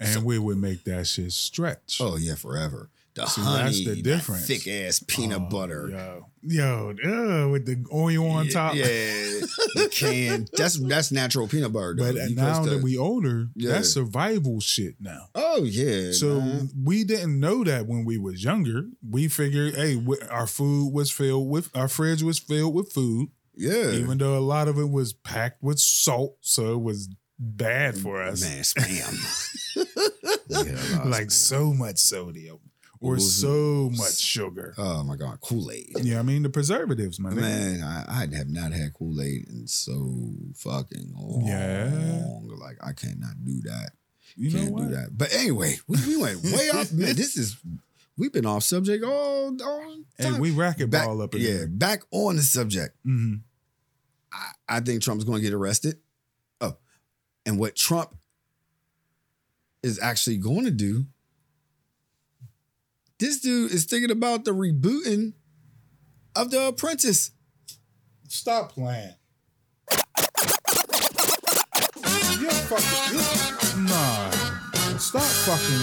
[SPEAKER 1] And we would make that shit stretch.
[SPEAKER 4] Oh yeah, forever. The
[SPEAKER 1] See,
[SPEAKER 4] honey,
[SPEAKER 1] that's the difference.
[SPEAKER 4] thick ass peanut
[SPEAKER 1] Oh,
[SPEAKER 4] butter.
[SPEAKER 1] Yo, yo, uh, with the oil on
[SPEAKER 4] Yeah,
[SPEAKER 1] top.
[SPEAKER 4] Yeah, the can. That's that's natural peanut butter. Though.
[SPEAKER 1] But
[SPEAKER 4] You
[SPEAKER 1] now
[SPEAKER 4] press
[SPEAKER 1] that
[SPEAKER 4] the-
[SPEAKER 1] we older,
[SPEAKER 4] Yeah.
[SPEAKER 1] that's survival shit now.
[SPEAKER 4] oh yeah,
[SPEAKER 1] So
[SPEAKER 4] man.
[SPEAKER 1] we didn't know that when we was younger. We figured, hey, wh- our food was filled with our fridge was filled with food,
[SPEAKER 4] yeah,
[SPEAKER 1] even though a lot of it was packed with salt, so it was bad for us.
[SPEAKER 4] man, spam. Oh, Yeah,
[SPEAKER 1] like so much sodium or
[SPEAKER 4] Mhm.
[SPEAKER 1] so much sugar.
[SPEAKER 4] oh my god, Kool Aid.
[SPEAKER 1] Yeah, I mean the preservatives, my nigga.
[SPEAKER 4] Man, I, I have not had Kool Aid in so fucking long.
[SPEAKER 1] Yeah.
[SPEAKER 4] Like, I cannot do that.
[SPEAKER 1] You know
[SPEAKER 4] Can't
[SPEAKER 1] what?
[SPEAKER 4] do that. But anyway, we, we went way off. Man, this is, we've been off subject all, all
[SPEAKER 1] Hey,
[SPEAKER 4] time.
[SPEAKER 1] we
[SPEAKER 4] back,
[SPEAKER 1] racquetball up in
[SPEAKER 4] yeah,
[SPEAKER 1] here.
[SPEAKER 4] back on the subject.
[SPEAKER 1] hmm
[SPEAKER 4] I, I think Trump's going to get arrested. Oh, and what Trump is actually going to do, this dude is thinking about the rebooting of The Apprentice.
[SPEAKER 1] Stop playing. You're fucking. You're, nah. Stop fucking with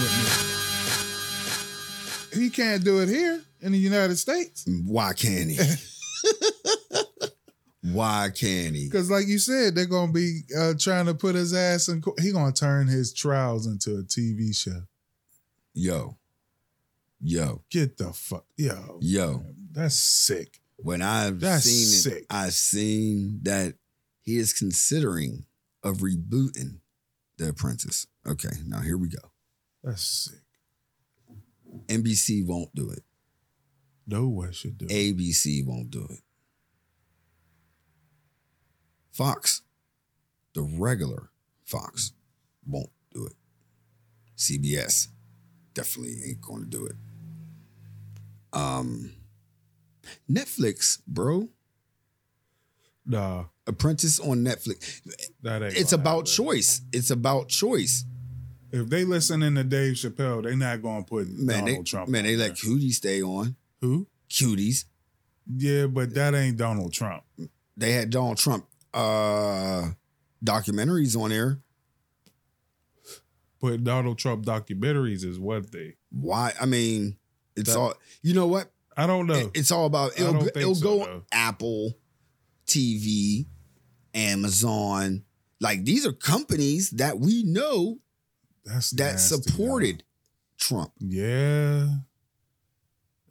[SPEAKER 1] me. He can't do it here in the United States.
[SPEAKER 4] Why can't he? Why can't he?
[SPEAKER 1] Because, like you said, they're going to be uh, trying to put his ass in court. He going to turn his trials into a TV show.
[SPEAKER 4] Yo, yo,
[SPEAKER 1] Get the fuck. Yo.
[SPEAKER 4] yo.
[SPEAKER 1] That's sick.
[SPEAKER 4] When I've
[SPEAKER 1] That's
[SPEAKER 4] seen it,
[SPEAKER 1] sick.
[SPEAKER 4] I've seen that he is considering of rebooting The Apprentice. Okay, now here we go.
[SPEAKER 1] That's sick.
[SPEAKER 4] NBC won't do it.
[SPEAKER 1] No one should do it.
[SPEAKER 4] ABC won't do it. Fox, the regular Fox, won't do it. CBS definitely ain't going to do it. Um, Netflix, bro.
[SPEAKER 1] Nah,
[SPEAKER 4] Apprentice on Netflix.
[SPEAKER 1] that ain't.
[SPEAKER 4] It's
[SPEAKER 1] gonna
[SPEAKER 4] about
[SPEAKER 1] happen.
[SPEAKER 4] choice. It's about choice.
[SPEAKER 1] If they listening to Dave Chappelle, they not gonna put
[SPEAKER 4] Man,
[SPEAKER 1] Donald
[SPEAKER 4] they,
[SPEAKER 1] Trump.
[SPEAKER 4] man,
[SPEAKER 1] on
[SPEAKER 4] they let
[SPEAKER 1] there.
[SPEAKER 4] cuties stay on.
[SPEAKER 1] who?
[SPEAKER 4] Cuties.
[SPEAKER 1] Yeah, but that ain't Donald Trump.
[SPEAKER 4] They had Donald Trump uh documentaries on there.
[SPEAKER 1] But Donald Trump documentaries is one thing.
[SPEAKER 4] Why? I mean, it's
[SPEAKER 1] That-
[SPEAKER 4] all you know what?
[SPEAKER 1] I don't know.
[SPEAKER 4] It- It's all about
[SPEAKER 1] I don't
[SPEAKER 4] it'll,
[SPEAKER 1] think
[SPEAKER 4] it'll
[SPEAKER 1] so,
[SPEAKER 4] go
[SPEAKER 1] though.
[SPEAKER 4] Apple TV, Amazon. Like these are companies that we know
[SPEAKER 1] That's
[SPEAKER 4] that
[SPEAKER 1] nasty,
[SPEAKER 4] supported Trump.
[SPEAKER 1] though. Yeah.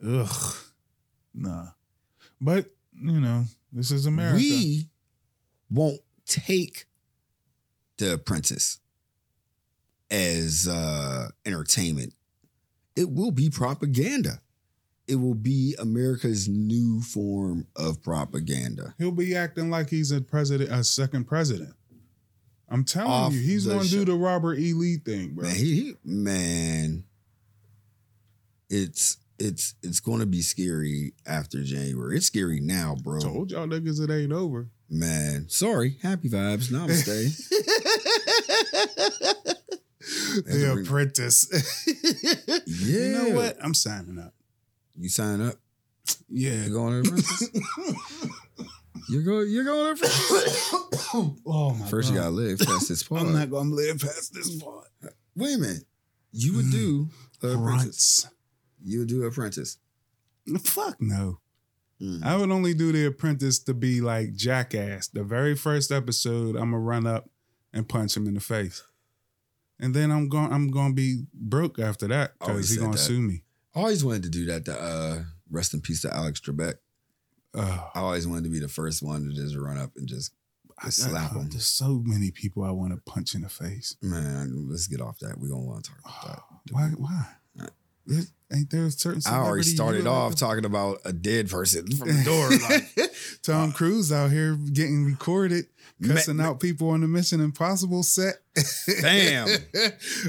[SPEAKER 1] Ugh. Nah. But you know, this is America.
[SPEAKER 4] We won't take The Apprentice as uh, entertainment. It will be propaganda. It will be America's new form of propaganda.
[SPEAKER 1] He'll be acting like he's a president, a second president. I'm telling
[SPEAKER 4] Off
[SPEAKER 1] you, he's
[SPEAKER 4] the
[SPEAKER 1] gonna
[SPEAKER 4] show.
[SPEAKER 1] do the Robert E. Lee thing, bro.
[SPEAKER 4] Man, he, he- man, it's it's it's going to be scary after January. It's scary now, bro.
[SPEAKER 1] Told y'all niggas it ain't over.
[SPEAKER 4] Man, sorry. Happy vibes. Namaste. Every-
[SPEAKER 1] apprentice.
[SPEAKER 4] yeah.
[SPEAKER 1] You know what? I'm signing up.
[SPEAKER 4] You sign up.
[SPEAKER 1] Yeah.
[SPEAKER 4] You're going to the princess. you're going. You're going to the princess.
[SPEAKER 1] Oh my
[SPEAKER 4] First,
[SPEAKER 1] god.
[SPEAKER 4] you gotta live past this part.
[SPEAKER 1] I'm not gonna live past this part.
[SPEAKER 4] Wait a minute. You would
[SPEAKER 1] Mm.
[SPEAKER 4] do a apprentice.
[SPEAKER 1] Grunts.
[SPEAKER 4] You would do apprentice.
[SPEAKER 1] Fuck no.
[SPEAKER 4] Mm.
[SPEAKER 1] I would only do the apprentice to be like jackass. The very first episode, I'm gonna run up and punch him in the face. And then I'm going I'm gonna be broke after that
[SPEAKER 4] Always
[SPEAKER 1] because he's
[SPEAKER 4] said
[SPEAKER 1] gonna
[SPEAKER 4] that.
[SPEAKER 1] sue me.
[SPEAKER 4] I always wanted to do that. To, uh, rest in peace to Alex Trebek.
[SPEAKER 1] Oh,
[SPEAKER 4] I always wanted to be the first one to just run up and just
[SPEAKER 1] I,
[SPEAKER 4] slap
[SPEAKER 1] I-
[SPEAKER 4] him.
[SPEAKER 1] There's so many people I want to punch in the face.
[SPEAKER 4] man. Let's get off that. We don't want to talk about that.
[SPEAKER 1] Why? Why? There's- ain't there a certain?
[SPEAKER 4] I already
[SPEAKER 1] celebrity you
[SPEAKER 4] started
[SPEAKER 1] would like
[SPEAKER 4] off
[SPEAKER 1] to-
[SPEAKER 4] talking about a dead person from the door. Like,
[SPEAKER 1] Tom Cruise out here getting recorded, cussing out people on the Mission Impossible set
[SPEAKER 4] damn,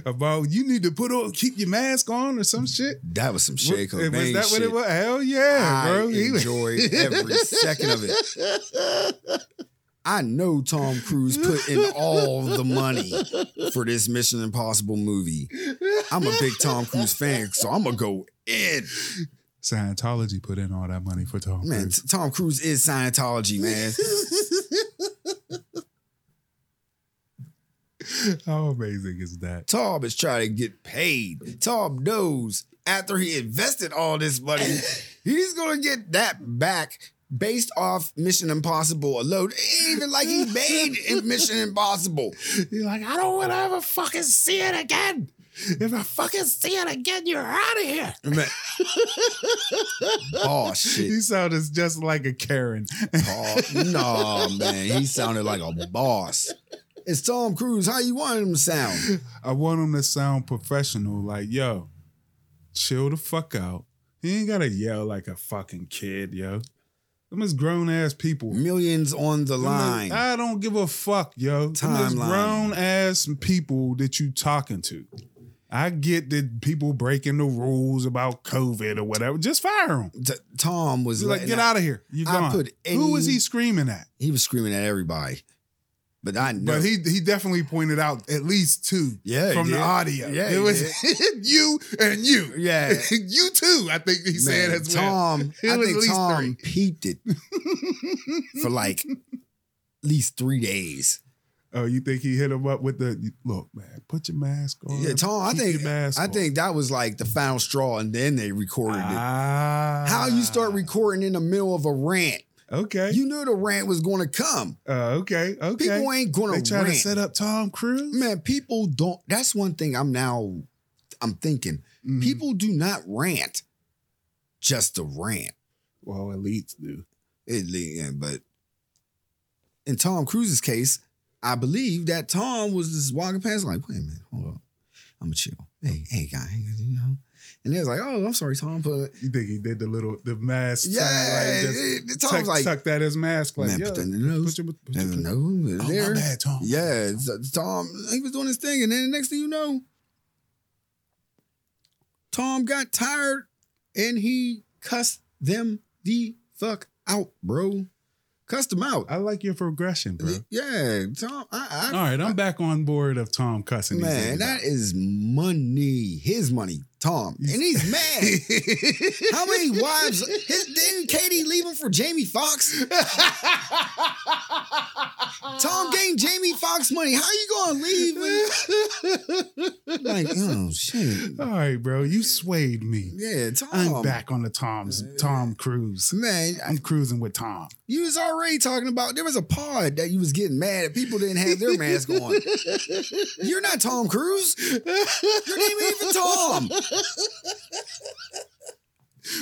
[SPEAKER 1] about you need to put on, keep your mask on or some shit.
[SPEAKER 4] that was some
[SPEAKER 1] What-
[SPEAKER 4] shake
[SPEAKER 1] was
[SPEAKER 4] Cobain
[SPEAKER 1] that what
[SPEAKER 4] shit.
[SPEAKER 1] it was? Hell yeah,
[SPEAKER 4] I
[SPEAKER 1] bro. He was-
[SPEAKER 4] enjoyed every second of it. I know Tom Cruise put in all the money for this Mission Impossible movie. I'm a big Tom Cruise fan, so I'm gonna go in.
[SPEAKER 1] Scientology put in all that money for Tom
[SPEAKER 4] Man,
[SPEAKER 1] Cruise.
[SPEAKER 4] t- Tom Cruise is Scientology, man.
[SPEAKER 1] How amazing is that?
[SPEAKER 4] Tom is trying to get paid. Tom knows after he invested all this money, he's gonna get that back based off Mission Impossible alone. It ain't even like he made in Mission Impossible.
[SPEAKER 1] He's like, I don't want to ever fucking see it again. If I fucking see it again, you're out of here.
[SPEAKER 4] Man. oh
[SPEAKER 1] He
[SPEAKER 4] shit.
[SPEAKER 1] sounded just like a Karen.
[SPEAKER 4] Oh, no, man. He sounded like a boss. It's Tom Cruise. How you want him to sound?
[SPEAKER 1] I want him to sound professional, like, yo, chill the fuck out. He ain't gotta yell like a fucking kid, yo. Them is grown ass people. Them
[SPEAKER 4] Millions on the
[SPEAKER 1] is-
[SPEAKER 4] line.
[SPEAKER 1] I don't give a fuck, yo. Them is
[SPEAKER 4] Timeline.
[SPEAKER 1] grown ass people that you talking to. I get that people breaking the rules about COVID or whatever. Just fire them.
[SPEAKER 4] T- Tom was
[SPEAKER 1] like,
[SPEAKER 4] letting
[SPEAKER 1] get
[SPEAKER 4] out-
[SPEAKER 1] out of here. You
[SPEAKER 4] I
[SPEAKER 1] gone.
[SPEAKER 4] put
[SPEAKER 1] Who is
[SPEAKER 4] any-
[SPEAKER 1] he screaming at?
[SPEAKER 4] He was screaming at everybody. But I know.
[SPEAKER 1] But he he definitely pointed out at least two
[SPEAKER 4] Yeah, he
[SPEAKER 1] from the
[SPEAKER 4] did.
[SPEAKER 1] audio.
[SPEAKER 4] Yeah,
[SPEAKER 1] it
[SPEAKER 4] he
[SPEAKER 1] was you and you.
[SPEAKER 4] Yeah.
[SPEAKER 1] you too. I think he said
[SPEAKER 4] Man,
[SPEAKER 1] as well.
[SPEAKER 4] Tom,
[SPEAKER 1] It
[SPEAKER 4] I
[SPEAKER 1] was
[SPEAKER 4] think
[SPEAKER 1] at least
[SPEAKER 4] Tom peeped it for like at least three days.
[SPEAKER 1] Oh, you think he hit him up with the look, man? Put your mask on.
[SPEAKER 4] Yeah, Tom, I
[SPEAKER 1] Keep
[SPEAKER 4] think
[SPEAKER 1] your mask
[SPEAKER 4] I
[SPEAKER 1] on."
[SPEAKER 4] think that was like the final straw, and then they recorded it.
[SPEAKER 1] Ah,
[SPEAKER 4] How you start recording in the middle of a rant?
[SPEAKER 1] Okay.
[SPEAKER 4] You knew the rant was going to come.
[SPEAKER 1] uh, okay. Okay.
[SPEAKER 4] People ain't
[SPEAKER 1] they
[SPEAKER 4] going to
[SPEAKER 1] trying
[SPEAKER 4] rant.
[SPEAKER 1] to set up Tom Cruise.
[SPEAKER 4] Man, people don't. That's one thing I'm now. I'm thinking
[SPEAKER 1] Mhm.
[SPEAKER 4] people do not rant just to rant.
[SPEAKER 1] Well, elites do.
[SPEAKER 4] It, yeah, but in Tom Cruise's case, I believe that Tom was just walking past, like, wait a minute, hold on, I'm gonna chill. Hey, hey, guy, you know, And they was like, oh, I'm sorry, Tom, but
[SPEAKER 1] You think he did the little the mask?
[SPEAKER 4] yeah,
[SPEAKER 1] like just
[SPEAKER 4] it- it-
[SPEAKER 1] tuck,
[SPEAKER 4] Tom's like,
[SPEAKER 1] tuck that his mask like
[SPEAKER 4] man,
[SPEAKER 1] yeah.
[SPEAKER 4] put that in the nose.
[SPEAKER 1] Put your, put your,
[SPEAKER 4] And no,
[SPEAKER 1] oh,
[SPEAKER 4] there.
[SPEAKER 1] my bad, Tom.
[SPEAKER 4] Yeah, it's- Tom, he was doing his thing, and then the next thing you know, Tom got tired and he cussed them the fuck out, bro. Cussed them out.
[SPEAKER 1] I like your progression, bro.
[SPEAKER 4] Yeah, Tom, I, I
[SPEAKER 1] All right, I'm back on board of Tom cussing. these
[SPEAKER 4] Man,
[SPEAKER 1] niggas out.
[SPEAKER 4] that is money. His money, Tom. And he's mad. How many wives? His, didn't Katie leave him for Jamie Foxx? Tom gained Jamie Foxx money. How you gonna leave? him? like, oh shit.
[SPEAKER 1] All right, bro, you swayed me.
[SPEAKER 4] Yeah, Tom.
[SPEAKER 1] I'm back on the Tom's Tom Cruise.
[SPEAKER 4] Man, I-
[SPEAKER 1] I'm cruising with Tom.
[SPEAKER 4] you was already talking about there was a pod that you was getting mad at people didn't have their mask on. You're not Tom Cruise. Your name ain't even Tom.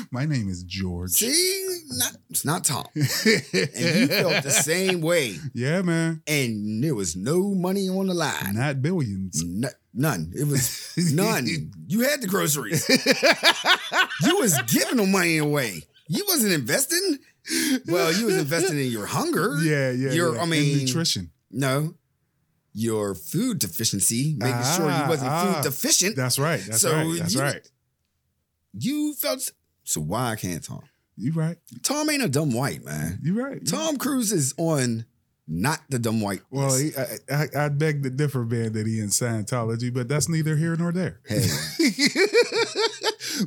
[SPEAKER 1] My name is George.
[SPEAKER 4] See, not, it's not Tom. and you felt the same way,
[SPEAKER 1] Yeah, man.
[SPEAKER 4] and there was no money on the line.
[SPEAKER 1] Not billions.
[SPEAKER 4] N- none. It was none. You had the groceries. you was giving them money away. You wasn't investing. Well, you was investing in your hunger.
[SPEAKER 1] Yeah, yeah.
[SPEAKER 4] Your,
[SPEAKER 1] yeah.
[SPEAKER 4] I
[SPEAKER 1] And
[SPEAKER 4] mean,
[SPEAKER 1] nutrition.
[SPEAKER 4] no, your food deficiency, making sure
[SPEAKER 1] Ah,
[SPEAKER 4] you wasn't
[SPEAKER 1] ah.
[SPEAKER 4] food deficient.
[SPEAKER 1] That's right. That's
[SPEAKER 4] So
[SPEAKER 1] right. That's
[SPEAKER 4] you-
[SPEAKER 1] right.
[SPEAKER 4] you felt so. Why I can't Tom?
[SPEAKER 1] You right.
[SPEAKER 4] Tom ain't a dumb white man.
[SPEAKER 1] You right.
[SPEAKER 4] Tom Cruise is on not the dumb white.
[SPEAKER 1] Well,
[SPEAKER 4] list.
[SPEAKER 1] he, I, I, I beg to differ, man, that he in Scientology, but that's neither here nor there.
[SPEAKER 4] Hey,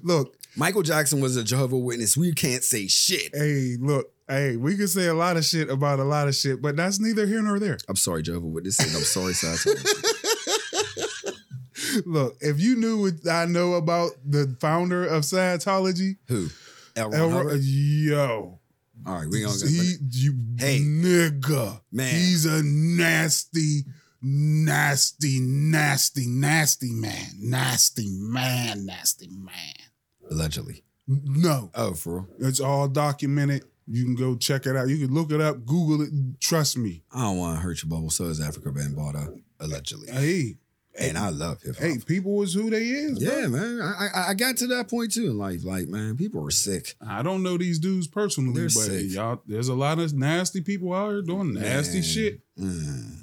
[SPEAKER 1] Look,
[SPEAKER 4] Michael Jackson was a Jehovah Witness. We can't say shit.
[SPEAKER 1] hey, look, hey, we can say a lot of shit about a lot of shit, but that's neither here nor there.
[SPEAKER 4] I'm sorry, Jehovah Witness. and I'm sorry, Satan.
[SPEAKER 1] Look, if you knew what I know about the founder of Scientology,
[SPEAKER 4] Who? L. Ron
[SPEAKER 1] El-
[SPEAKER 4] Hubbard?
[SPEAKER 1] yo,
[SPEAKER 4] All right, we gonna go.
[SPEAKER 1] he, you,
[SPEAKER 4] Hey.
[SPEAKER 1] nigga,
[SPEAKER 4] Man.
[SPEAKER 1] he's a nasty, nasty, nasty, nasty man, nasty man, nasty man.
[SPEAKER 4] allegedly.
[SPEAKER 1] No,
[SPEAKER 4] Oh, for real?
[SPEAKER 1] It's all documented. You can go check it out. You can look it up, Google it. Trust me.
[SPEAKER 4] I don't want to hurt your bubble. So is Africa Bambaataa, allegedly.
[SPEAKER 1] Hey,
[SPEAKER 4] and I love hip hop.
[SPEAKER 1] hey, people is who they is. bro.
[SPEAKER 4] yeah, man. I, I I got to that point too in life. Like, man, people are sick.
[SPEAKER 1] I don't know these dudes personally,
[SPEAKER 4] They're
[SPEAKER 1] but
[SPEAKER 4] sick.
[SPEAKER 1] y'all, there's a lot of nasty people out here doing nasty
[SPEAKER 4] Man.
[SPEAKER 1] shit.
[SPEAKER 4] Mm.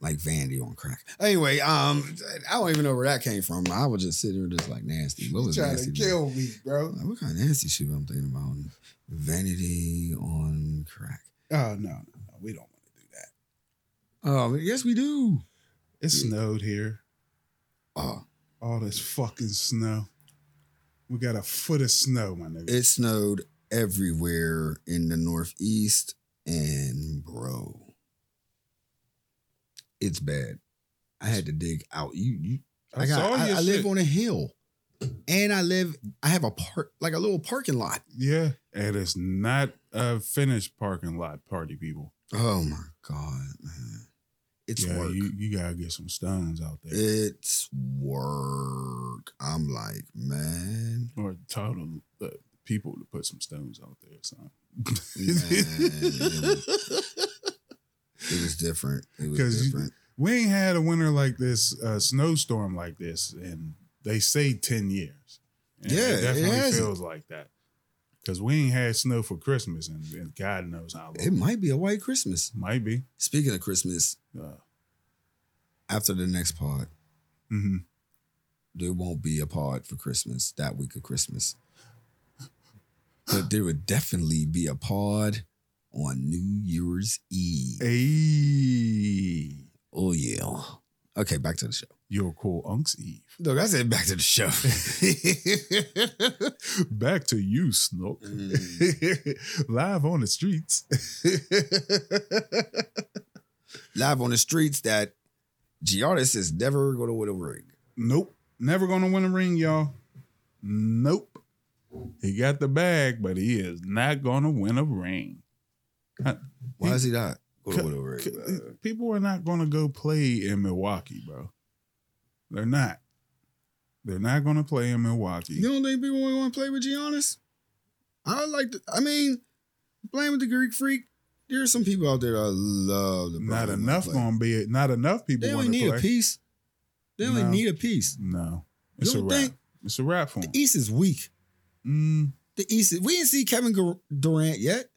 [SPEAKER 4] Like Vandy on crack. Anyway, um, I don't even know where that came from. I was just sitting there, just like nasty. What was nasty? man?
[SPEAKER 1] me, bro. Oh,
[SPEAKER 4] Like, what kind of nasty shit I'm thinking about? Vanity on crack.
[SPEAKER 1] Oh no, no, no, we don't want to do that.
[SPEAKER 4] Oh, yes, we do.
[SPEAKER 1] It snowed here.
[SPEAKER 4] Oh,
[SPEAKER 1] All this fucking snow. We got a foot of snow, my nigga.
[SPEAKER 4] it snowed everywhere in the Northeast, and bro, it's bad. I had to dig out. You, you. I, got.
[SPEAKER 1] saw
[SPEAKER 4] I,
[SPEAKER 1] your
[SPEAKER 4] I live
[SPEAKER 1] shit.
[SPEAKER 4] on a hill, and I live. I have a park, like a little parking lot.
[SPEAKER 1] Yeah, and it's not a finished parking lot party, people.
[SPEAKER 4] Oh my god, man, it's
[SPEAKER 1] yeah,
[SPEAKER 4] work.
[SPEAKER 1] you you gotta get some stones out there.
[SPEAKER 4] It's work. I'm like, man,
[SPEAKER 1] or tell the, the people to put some stones out there or something.
[SPEAKER 4] man, it, was, it was different. It was
[SPEAKER 1] 'Cause you-
[SPEAKER 4] different.
[SPEAKER 1] We ain't had a winter like this, a snowstorm like this, and they say 10 years. And
[SPEAKER 4] Yeah,
[SPEAKER 1] it
[SPEAKER 4] it
[SPEAKER 1] definitely
[SPEAKER 4] hasn't.
[SPEAKER 1] feels like that. Because we ain't had snow for Christmas, and, and God knows how long.
[SPEAKER 4] It might be a white Christmas.
[SPEAKER 1] might be.
[SPEAKER 4] Speaking of Christmas,
[SPEAKER 1] Uh,
[SPEAKER 4] after the next pod,
[SPEAKER 1] hmm
[SPEAKER 4] there won't be a pod for Christmas that week of Christmas. But there would definitely be a pod on New Year's Eve.
[SPEAKER 1] Hey,
[SPEAKER 4] Oh yeah. Okay, back to the show.
[SPEAKER 1] your cool Unks Eve.
[SPEAKER 4] Look, I said back to the show.
[SPEAKER 1] Back to you, Snook.
[SPEAKER 4] Mm.
[SPEAKER 1] Live on the streets.
[SPEAKER 4] Live on the streets that Giardis is never going to win a ring.
[SPEAKER 1] Nope. Never gonna win a ring, y'all. Nope. He got the bag, but he is not gonna win a ring.
[SPEAKER 4] Why is he not going to win a
[SPEAKER 1] C-
[SPEAKER 4] ring?
[SPEAKER 1] People are not gonna go play in Milwaukee, bro. They're not. They're not gonna play in Milwaukee.
[SPEAKER 4] You don't think people want to play with Giannis? I like. To, I mean, playing with the Greek Freak. There are some people out there that I love. LeBron
[SPEAKER 1] not
[SPEAKER 4] to
[SPEAKER 1] enough
[SPEAKER 4] play.
[SPEAKER 1] gonna be it. Not enough people
[SPEAKER 4] They
[SPEAKER 1] want
[SPEAKER 4] only
[SPEAKER 1] to
[SPEAKER 4] need
[SPEAKER 1] play.
[SPEAKER 4] a piece. They only
[SPEAKER 1] No.
[SPEAKER 4] need a piece.
[SPEAKER 1] no,
[SPEAKER 4] You
[SPEAKER 1] it's a
[SPEAKER 4] don't
[SPEAKER 1] wrap.
[SPEAKER 4] think E-
[SPEAKER 1] It's a wrap for him.
[SPEAKER 4] East is weak.
[SPEAKER 1] Mm,
[SPEAKER 4] The East is, we didn't see Kevin Gur- Durant yet.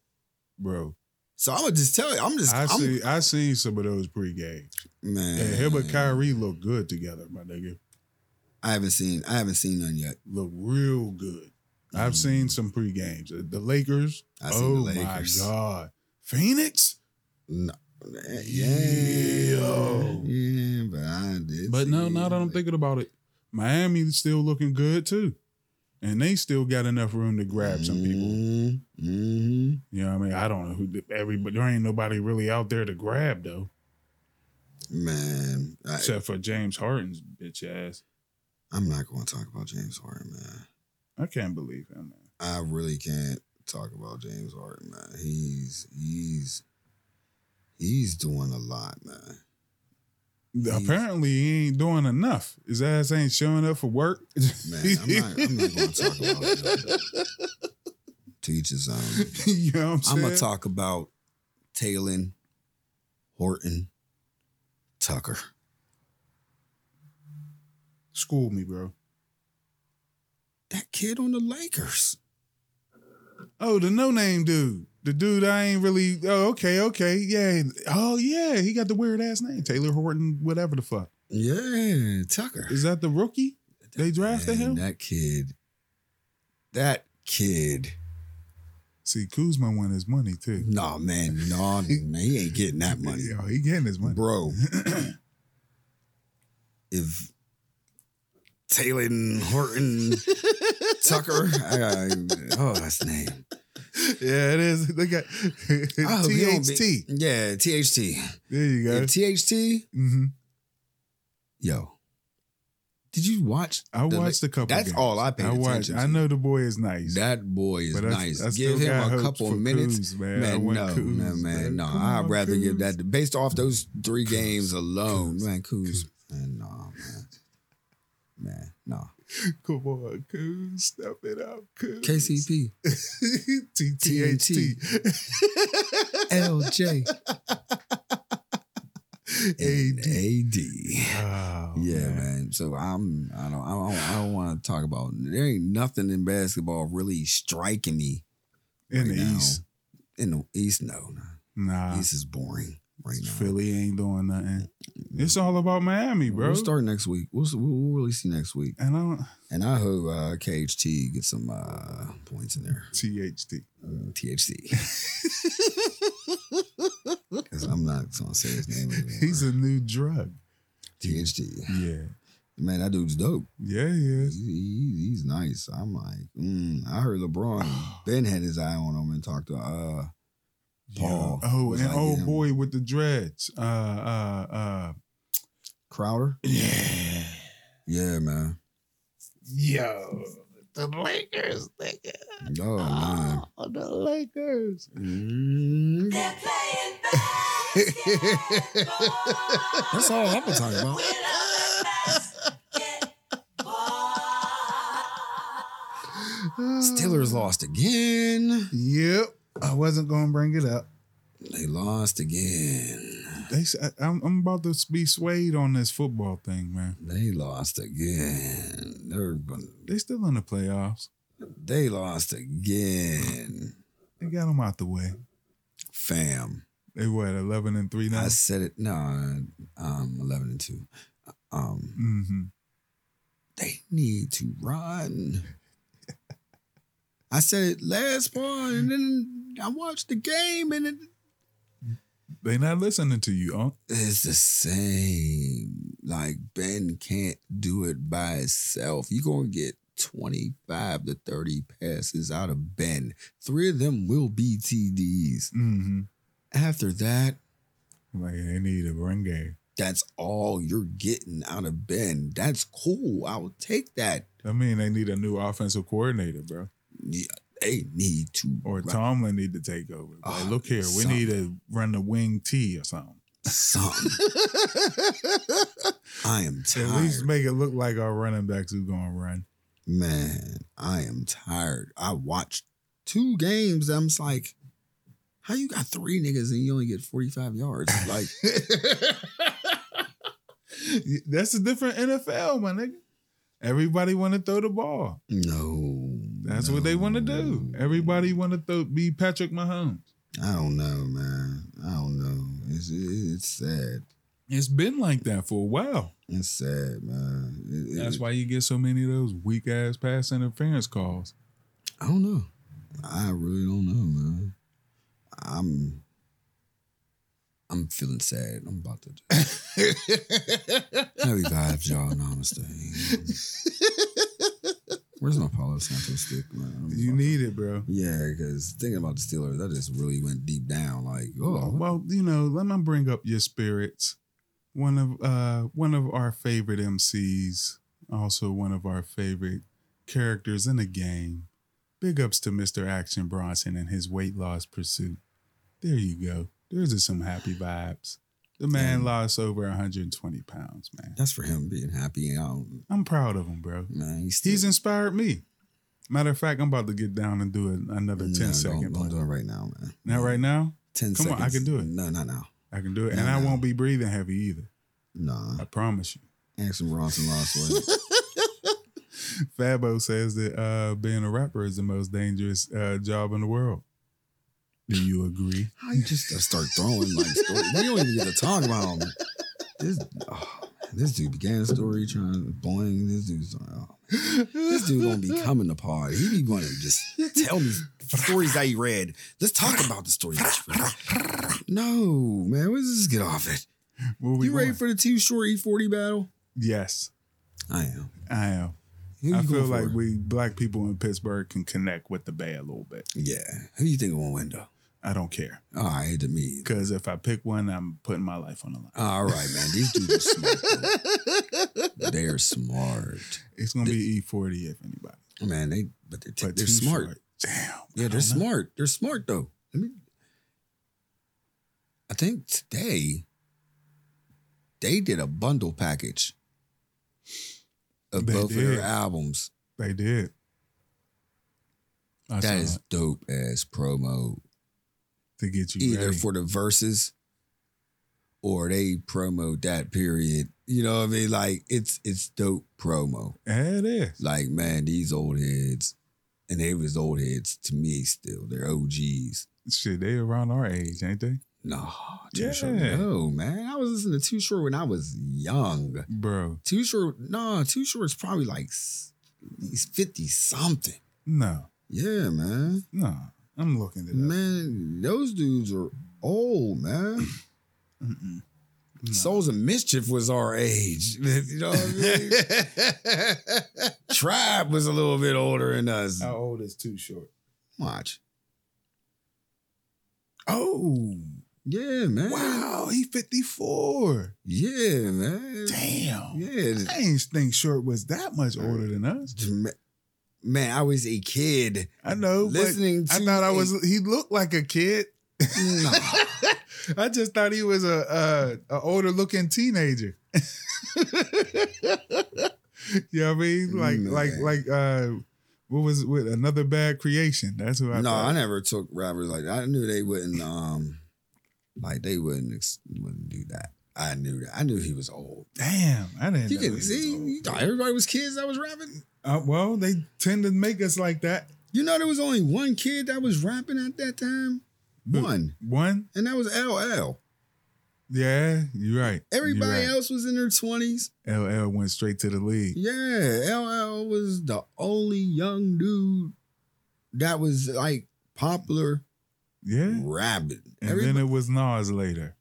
[SPEAKER 1] bro,
[SPEAKER 4] So I'm gonna just tell you, I'm just
[SPEAKER 1] I
[SPEAKER 4] I'm,
[SPEAKER 1] see. I seen some of those pre-game.
[SPEAKER 4] man.
[SPEAKER 1] Yeah, him and Kyrie look good together, my nigga.
[SPEAKER 4] I haven't seen I haven't seen none yet.
[SPEAKER 1] Look real good. I've seen some pre-games. Uh, The Lakers.
[SPEAKER 4] I've Mm. seen
[SPEAKER 1] oh
[SPEAKER 4] the Lakers.
[SPEAKER 1] my god, Phoenix.
[SPEAKER 4] No, yeah, yeah, but I did.
[SPEAKER 1] But no,
[SPEAKER 4] see
[SPEAKER 1] now that I'm
[SPEAKER 4] it.
[SPEAKER 1] thinking about it, Miami's still looking good too, and they still got enough room to grab some people.
[SPEAKER 4] Mhm, mhm.
[SPEAKER 1] You know what I mean? I don't know who everybody. There ain't nobody really out there to grab though,
[SPEAKER 4] Man, I,
[SPEAKER 1] except for James Harden's bitch ass.
[SPEAKER 4] I'm not going to talk about James Harden, man.
[SPEAKER 1] I can't believe him, man.
[SPEAKER 4] I really can't talk about James Harden, man. He's he's he's doing a lot, man.
[SPEAKER 1] Apparently, he ain't doing enough. His ass ain't showing up for work.
[SPEAKER 4] Man, I'm not, I'm not going to talk about it. Teach his own.
[SPEAKER 1] you know what I'm saying?
[SPEAKER 4] I'm gonna talk about Talon, Horton, Tucker.
[SPEAKER 1] School me, bro.
[SPEAKER 4] That kid on the Lakers.
[SPEAKER 1] Oh, the no name dude. The dude I ain't really. Oh, okay, okay. Yeah. Oh, yeah. He got the weird ass name. Taylor Horton, whatever the fuck.
[SPEAKER 4] Yeah, Tucker.
[SPEAKER 1] Is that the rookie? They drafted
[SPEAKER 4] Man,
[SPEAKER 1] him?
[SPEAKER 4] That kid. That kid.
[SPEAKER 1] See, Kuzma won his money, too.
[SPEAKER 4] Nah, man. Nah, man, he ain't getting that money.
[SPEAKER 1] Yo, he getting his money.
[SPEAKER 4] Bro. if Talon Horton Tucker, I, I- oh, that's the name.
[SPEAKER 1] Yeah, it is. They got
[SPEAKER 4] I hope Oh, he don't be-
[SPEAKER 1] THT.
[SPEAKER 4] yeah, THT.
[SPEAKER 1] There you go.
[SPEAKER 4] If THT,
[SPEAKER 1] hmm
[SPEAKER 4] yo. Did you watch?
[SPEAKER 1] I
[SPEAKER 4] the-
[SPEAKER 1] watched a couple
[SPEAKER 4] That's
[SPEAKER 1] games.
[SPEAKER 4] all I paid
[SPEAKER 1] I watched.
[SPEAKER 4] attention to.
[SPEAKER 1] I know the boy is nice.
[SPEAKER 4] That boy is
[SPEAKER 1] But I-
[SPEAKER 4] nice.
[SPEAKER 1] I still
[SPEAKER 4] give
[SPEAKER 1] got
[SPEAKER 4] him a
[SPEAKER 1] hopes
[SPEAKER 4] couple
[SPEAKER 1] for
[SPEAKER 4] minutes.
[SPEAKER 1] Kuz, man. I
[SPEAKER 4] man,
[SPEAKER 1] want
[SPEAKER 4] no,
[SPEAKER 1] Kuz,
[SPEAKER 4] no, man,
[SPEAKER 1] man.
[SPEAKER 4] no.
[SPEAKER 1] Come
[SPEAKER 4] I'd
[SPEAKER 1] on,
[SPEAKER 4] rather give
[SPEAKER 1] Kuz.
[SPEAKER 4] that based off those three games alone,
[SPEAKER 1] Kuz.
[SPEAKER 4] man. Kuz, man, no, man, man, no.
[SPEAKER 1] Come on, Coon. Step it up, Coon.
[SPEAKER 4] KCP,
[SPEAKER 1] TTHT.
[SPEAKER 4] LJ, and
[SPEAKER 1] AD.
[SPEAKER 4] AD.
[SPEAKER 1] Oh,
[SPEAKER 4] Yeah, man. So I'm, I don't, I don't, I don't want to talk about. There ain't nothing in basketball really striking me
[SPEAKER 1] In
[SPEAKER 4] right
[SPEAKER 1] the
[SPEAKER 4] now.
[SPEAKER 1] East.
[SPEAKER 4] In the East, no, no.
[SPEAKER 1] Nah.
[SPEAKER 4] East is boring right now.
[SPEAKER 1] Philly ain't doing nothing. It's all about Miami, bro.
[SPEAKER 4] We'll start next week. We'll, s- we'll, we'll really see next week.
[SPEAKER 1] and I don't.
[SPEAKER 4] And I hope uh, KHT gets some uh, points in there.
[SPEAKER 1] THT.
[SPEAKER 4] Uh, THC. Because I'm not going to say his name anymore.
[SPEAKER 1] He's a new drug.
[SPEAKER 4] THD.
[SPEAKER 1] Yeah.
[SPEAKER 4] Man, that dude's dope.
[SPEAKER 1] Yeah, he
[SPEAKER 4] He's,
[SPEAKER 1] is.
[SPEAKER 4] he- he's nice. I'm like, mm. I heard LeBron Ben had his eye on him and talked to uh, Paul.
[SPEAKER 1] Yeah. Oh,
[SPEAKER 4] was
[SPEAKER 1] and
[SPEAKER 4] like
[SPEAKER 1] old
[SPEAKER 4] him.
[SPEAKER 1] boy with the dreads. Uh, uh, uh.
[SPEAKER 4] Crowder.
[SPEAKER 1] Yeah.
[SPEAKER 4] Yeah, man.
[SPEAKER 1] Yo.
[SPEAKER 4] Oh, man.
[SPEAKER 1] Oh, the Lakers.
[SPEAKER 4] Mm. That's all I'm gonna talk about. Steelers lost again.
[SPEAKER 1] Yep. I wasn't going to bring it up.
[SPEAKER 4] They lost again.
[SPEAKER 1] They, s- I, am I'm about to be swayed on this football thing, man.
[SPEAKER 4] They lost again. They're gon-
[SPEAKER 1] They still in the playoffs.
[SPEAKER 4] they lost again.
[SPEAKER 1] They got them out the way.
[SPEAKER 4] Fam.
[SPEAKER 1] They what, 11 and 3 now?
[SPEAKER 4] I said it. No, um, eleven and two. Um,
[SPEAKER 1] Mm-hmm.
[SPEAKER 4] they need to run. I said it last part, and then I watched the game, and it,
[SPEAKER 1] They not listening to you, Unc.
[SPEAKER 4] it's the same. Like Ben can't do it by himself. You're gonna get twenty five to thirty passes out of Ben. Three of them will be TDs.
[SPEAKER 1] Mm-hmm.
[SPEAKER 4] After that,
[SPEAKER 1] Like, they need a run game.
[SPEAKER 4] that's all you're getting out of Ben. That's cool. I'll take that.
[SPEAKER 1] I mean, they need a new offensive coordinator, bro.
[SPEAKER 4] Yeah, They need to
[SPEAKER 1] Or
[SPEAKER 4] run
[SPEAKER 1] Tomlin need to take over. Like,
[SPEAKER 4] Ah,
[SPEAKER 1] look here, we
[SPEAKER 4] something.
[SPEAKER 1] need to run the wing T or something.
[SPEAKER 4] something. I am
[SPEAKER 1] At
[SPEAKER 4] tired,
[SPEAKER 1] least make it look like our running backs who gonna run.
[SPEAKER 4] man. I am tired. I watched two games. I'm just like, how you got three niggas and you only get 45 yards? Like,
[SPEAKER 1] That's a different NFL, my nigga. Everybody want to throw the ball.
[SPEAKER 4] No.
[SPEAKER 1] That's what they want to do. Everybody want to throw be Patrick Mahomes.
[SPEAKER 4] I don't know, man. I don't know. It's it's sad.
[SPEAKER 1] It's been like that for a while.
[SPEAKER 4] It's sad, man. It- it-
[SPEAKER 1] That's why you get so many of those weak ass pass interference calls.
[SPEAKER 4] I don't know. I really don't know, man. I'm I'm feeling sad. I'm about to Heavy vibes, y'all. Namaste. Where's my Palo Santo stick, man? I'm
[SPEAKER 1] You
[SPEAKER 4] about-
[SPEAKER 1] need it, bro.
[SPEAKER 4] yeah, because thinking about the Steelers, that just really went deep down. Like, oh,
[SPEAKER 1] Well, you know, let me bring up your spirits. One of uh one of our favorite MCs, also one of our favorite characters in the game. Big ups to Mr. Action Bronson and his weight loss pursuit. There you go. There's just some happy vibes. The man
[SPEAKER 4] Mm.
[SPEAKER 1] lost over 120 pounds, man.
[SPEAKER 4] that's for him being happy. I don't,
[SPEAKER 1] I'm proud of him, bro.
[SPEAKER 4] man, he's, still,
[SPEAKER 1] He's inspired me. Matter of fact, I'm about to get down and do an- another 10
[SPEAKER 4] No,
[SPEAKER 1] second
[SPEAKER 4] Don't, don't
[SPEAKER 1] one.
[SPEAKER 4] do it right now, man.
[SPEAKER 1] Not right now.
[SPEAKER 4] 10
[SPEAKER 1] Come
[SPEAKER 4] seconds.
[SPEAKER 1] on, I can do it.
[SPEAKER 4] No, not now.
[SPEAKER 1] I can do it.
[SPEAKER 4] No,
[SPEAKER 1] and I
[SPEAKER 4] no.
[SPEAKER 1] won't be breathing heavy either.
[SPEAKER 4] Nah.
[SPEAKER 1] I promise you.
[SPEAKER 4] Action Bronson lost weight.
[SPEAKER 1] Fabo says that uh, being a rapper is the most dangerous uh, job in the world. Do you agree?
[SPEAKER 4] I just start throwing like stories. We don't even get to talk about them. This, oh, man, this dude began a story trying to boing. This dude's oh, man. this dude gonna be coming to pod. He be going to just tell me stories that he read. Let's talk about the stories. That you read. No, man, let's just get off it.
[SPEAKER 1] Where we
[SPEAKER 4] You ready
[SPEAKER 1] going?
[SPEAKER 4] for the two short E forty battle?
[SPEAKER 1] yes,
[SPEAKER 4] I am.
[SPEAKER 1] I am.
[SPEAKER 4] Who you
[SPEAKER 1] I feel
[SPEAKER 4] going for?
[SPEAKER 1] like we black people in Pittsburgh can connect with the Bay a little bit.
[SPEAKER 4] Yeah. Who you think gonna win though?
[SPEAKER 1] Oh, I don't care
[SPEAKER 4] All right, to me.
[SPEAKER 1] because if I pick one, I'm putting my life on the line.
[SPEAKER 4] All right, man. These dudes are smart. though. They're smart.
[SPEAKER 1] It's gonna be E40 if anybody.
[SPEAKER 4] Man, they but they're,
[SPEAKER 1] But
[SPEAKER 4] they're
[SPEAKER 1] too
[SPEAKER 4] smart.
[SPEAKER 1] short. Damn.
[SPEAKER 4] Yeah,
[SPEAKER 1] I
[SPEAKER 4] they're
[SPEAKER 1] don't know.
[SPEAKER 4] smart. They're smart though. I mean, I think today they did a bundle package of
[SPEAKER 1] They
[SPEAKER 4] both of
[SPEAKER 1] did.
[SPEAKER 4] their albums.
[SPEAKER 1] They did. I
[SPEAKER 4] that
[SPEAKER 1] saw
[SPEAKER 4] is
[SPEAKER 1] it.
[SPEAKER 4] dope as promo.
[SPEAKER 1] to get you
[SPEAKER 4] Either
[SPEAKER 1] ready.
[SPEAKER 4] for the verses or they promote that period. You know what I mean? Like it's it's dope promo.
[SPEAKER 1] Yeah, it is.
[SPEAKER 4] like man, these old heads, and they was old heads to me still. They're OGs.
[SPEAKER 1] Shit, they around our age, ain't they,
[SPEAKER 4] Nah, too short.
[SPEAKER 1] Yeah.
[SPEAKER 4] No, man, I was listening to Too Short when I was young.
[SPEAKER 1] bro?
[SPEAKER 4] Too Short, nah, Too Short is probably like s- he's fifty something.
[SPEAKER 1] No,
[SPEAKER 4] Yeah, man,
[SPEAKER 1] no. I'm looking at that.
[SPEAKER 4] man, those dudes are old, man. Souls of Mischief was our age. You know what I mean? Tribe was a little bit older than us.
[SPEAKER 1] old is too short?
[SPEAKER 4] Watch.
[SPEAKER 1] Oh,
[SPEAKER 4] Yeah, man.
[SPEAKER 1] wow, he 54.
[SPEAKER 4] Yeah, man.
[SPEAKER 1] Damn.
[SPEAKER 4] Yeah.
[SPEAKER 1] I didn't think Short was that much older than us.
[SPEAKER 4] Jama- Man, I was a kid
[SPEAKER 1] I know,
[SPEAKER 4] listening
[SPEAKER 1] but
[SPEAKER 4] to.
[SPEAKER 1] I thought I was. He looked like a kid.
[SPEAKER 4] No.
[SPEAKER 1] I just thought he was a a, a older looking teenager. you know what I mean? Like like
[SPEAKER 4] Man.
[SPEAKER 1] like uh, what was it with another bad creation? That's who I.
[SPEAKER 4] no,
[SPEAKER 1] thought.
[SPEAKER 4] I never took rappers like that. I knew they wouldn't. Um, like they wouldn't ex- wouldn't do that. I knew that. I knew he was old.
[SPEAKER 1] Damn, I didn't.
[SPEAKER 4] You
[SPEAKER 1] know he
[SPEAKER 4] can
[SPEAKER 1] was
[SPEAKER 4] see.
[SPEAKER 1] old.
[SPEAKER 4] You thought everybody was kids that was rapping.
[SPEAKER 1] Uh, well, they tend to make us like that.
[SPEAKER 4] You know there was only one kid that was rapping at that time.
[SPEAKER 1] Who?
[SPEAKER 4] One,
[SPEAKER 1] One,
[SPEAKER 4] and that was LL.
[SPEAKER 1] yeah, you're right. You're
[SPEAKER 4] Everybody
[SPEAKER 1] right.
[SPEAKER 4] else was in their twenties.
[SPEAKER 1] LL went straight to the league.
[SPEAKER 4] Yeah, LL was the only young dude that was like popular
[SPEAKER 1] Yeah.
[SPEAKER 4] rapping.
[SPEAKER 1] And
[SPEAKER 4] Everybody,
[SPEAKER 1] then it was Nas later.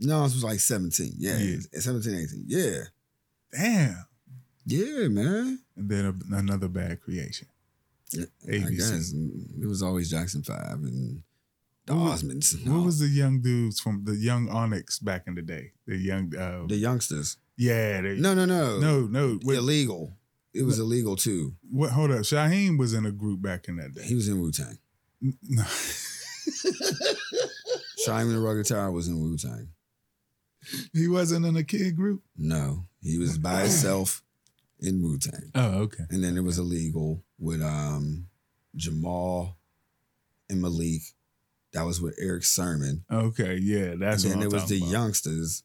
[SPEAKER 4] no, this was like 17. Yeah,
[SPEAKER 1] Yeah.
[SPEAKER 4] 17, 18. Yeah.
[SPEAKER 1] Damn.
[SPEAKER 4] Yeah, man.
[SPEAKER 1] And then a, another bad creation.
[SPEAKER 4] I
[SPEAKER 1] ABC.
[SPEAKER 4] guess Mm, it was always Jackson 5 and the
[SPEAKER 1] What was-
[SPEAKER 4] Osmonds. and all.
[SPEAKER 1] What was the young dudes from the young Onyx back in the day? The young, uh,
[SPEAKER 4] the youngsters?
[SPEAKER 1] yeah, they,
[SPEAKER 4] No, no, no.
[SPEAKER 1] no, no. What,
[SPEAKER 4] Illegal. It was illegal too.
[SPEAKER 1] what? Hold up, Shaheem was in a group back in that day.
[SPEAKER 4] He was in Wu Tang.
[SPEAKER 1] N- no.
[SPEAKER 4] Shime the Rugged Tower was in Wu Tang.
[SPEAKER 1] he wasn't in a kid group.
[SPEAKER 4] No, he was by himself in Wu Tang.
[SPEAKER 1] Oh, okay.
[SPEAKER 4] And then it was illegal with um Jamal and Malik. That was with Eric Sermon.
[SPEAKER 1] Okay, yeah, that's
[SPEAKER 4] and
[SPEAKER 1] what
[SPEAKER 4] then
[SPEAKER 1] I'm
[SPEAKER 4] there was
[SPEAKER 1] talking
[SPEAKER 4] the
[SPEAKER 1] about.
[SPEAKER 4] youngsters.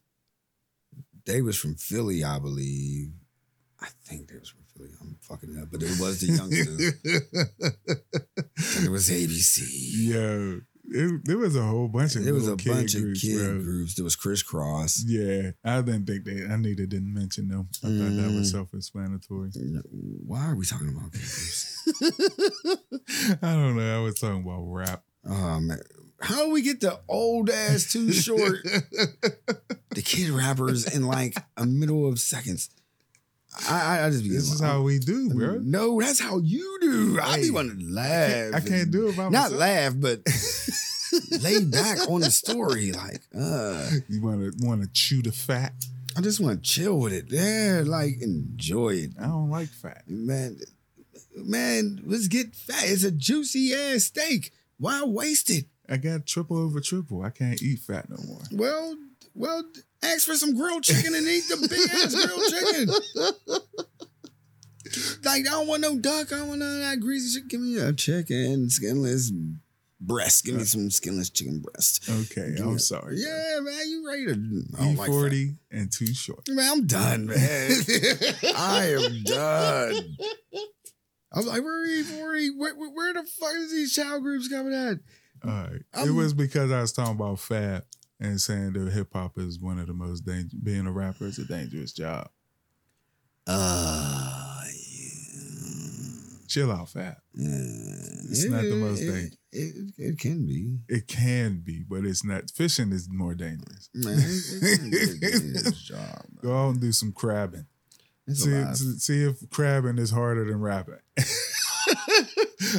[SPEAKER 4] They was from Philly, I believe. I think they was from Actually, I'm fucking up, but it was the youngster. it was ABC.
[SPEAKER 1] Yo, it, there was a whole bunch of
[SPEAKER 4] There was
[SPEAKER 1] little
[SPEAKER 4] a
[SPEAKER 1] kid
[SPEAKER 4] bunch of
[SPEAKER 1] groups,
[SPEAKER 4] kid
[SPEAKER 1] bro.
[SPEAKER 4] groups. There was crisscross.
[SPEAKER 1] Yeah, I didn't think they. I knew they didn't mention them. I thought that
[SPEAKER 4] Mm.
[SPEAKER 1] was self-explanatory.
[SPEAKER 4] Why are we talking about kid groups?
[SPEAKER 1] I don't know. I was talking about rap.
[SPEAKER 4] oh man. How we get the old ass too short? the kid rappers in like a middle of seconds. I I, Mm. I just be
[SPEAKER 1] This is
[SPEAKER 4] I'm-
[SPEAKER 1] how we do, bro.
[SPEAKER 4] No, that's how you do. I
[SPEAKER 1] Hey,
[SPEAKER 4] be wanting to laugh.
[SPEAKER 1] I can't
[SPEAKER 4] and-
[SPEAKER 1] do it by
[SPEAKER 4] Not
[SPEAKER 1] myself.
[SPEAKER 4] laugh, but lay back on the story. Like, uh,
[SPEAKER 1] You want to want to chew the fat?
[SPEAKER 4] I just want to chill with it. Yeah, like enjoy it,
[SPEAKER 1] I don't like fat.
[SPEAKER 4] man. Man, let's get fat. It's a juicy ass steak. Why waste it?
[SPEAKER 1] I got triple over triple. I can't eat fat no more.
[SPEAKER 4] Well, well, ask for some grilled chicken and eat the big ass grilled chicken. Like I don't want no duck. I don't want none of that greasy shit. Give me a chicken skinless breast. Give me some skinless chicken breast.
[SPEAKER 1] Okay, I'm sorry.
[SPEAKER 4] Oh, Yeah, man, you ready to? I
[SPEAKER 1] E
[SPEAKER 4] don't like fat.
[SPEAKER 1] forty and too short.
[SPEAKER 4] Man, I'm done, man. I am done. I was like, where are you, where, are you- where, where- where the fuck is these child groups coming at?
[SPEAKER 1] All right. it
[SPEAKER 4] I'm-
[SPEAKER 1] was because I was talking about Fab and saying that hip hop is one of the most dangerous. Being a rapper is a dangerous job.
[SPEAKER 4] Uh,
[SPEAKER 1] Chill out, Fab.
[SPEAKER 4] it's
[SPEAKER 1] not the most
[SPEAKER 4] it,
[SPEAKER 1] dangerous.
[SPEAKER 4] It, it can be.
[SPEAKER 1] It can be, but it's not. Fishing is more dangerous.
[SPEAKER 4] Man, it can be a dangerous job.
[SPEAKER 1] Go out and do some crabbing.
[SPEAKER 4] It's a
[SPEAKER 1] See,
[SPEAKER 4] lot.
[SPEAKER 1] see see if crabbing is harder than rapping.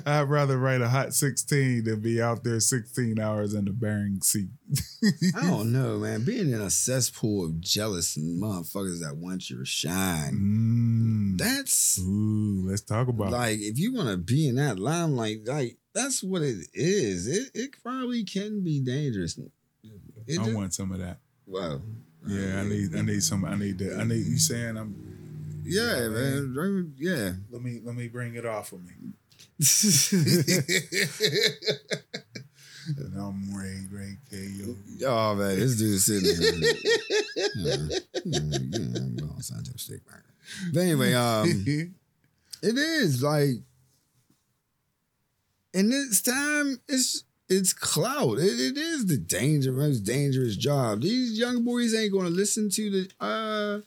[SPEAKER 1] I'd rather write a hot 16 than be out there 16 hours in the Bering Sea.
[SPEAKER 4] I don't know, man. Being in a cesspool of jealous motherfuckers that want your shine.
[SPEAKER 1] Mm.
[SPEAKER 4] That's
[SPEAKER 1] Ooh, let's talk about it.
[SPEAKER 4] Like if you want to be in that limelight, like that's what it is. It it probably can be dangerous. It
[SPEAKER 1] I
[SPEAKER 4] just-
[SPEAKER 1] want some of that.
[SPEAKER 4] wow.
[SPEAKER 1] Yeah, I need I need some I need that. I need you saying I'm
[SPEAKER 4] Yeah, man. Right, Yeah.
[SPEAKER 1] let me let me bring it off of me. And I'm Ray Ray KO.
[SPEAKER 4] oh man, this dude sitting here. yeah. Yeah, yeah, I'm going to sign to a stick, man. But anyway, um, it is like in this time it's it's cloud it, it is the danger most dangerous job these young boys ain't gonna listen to the uh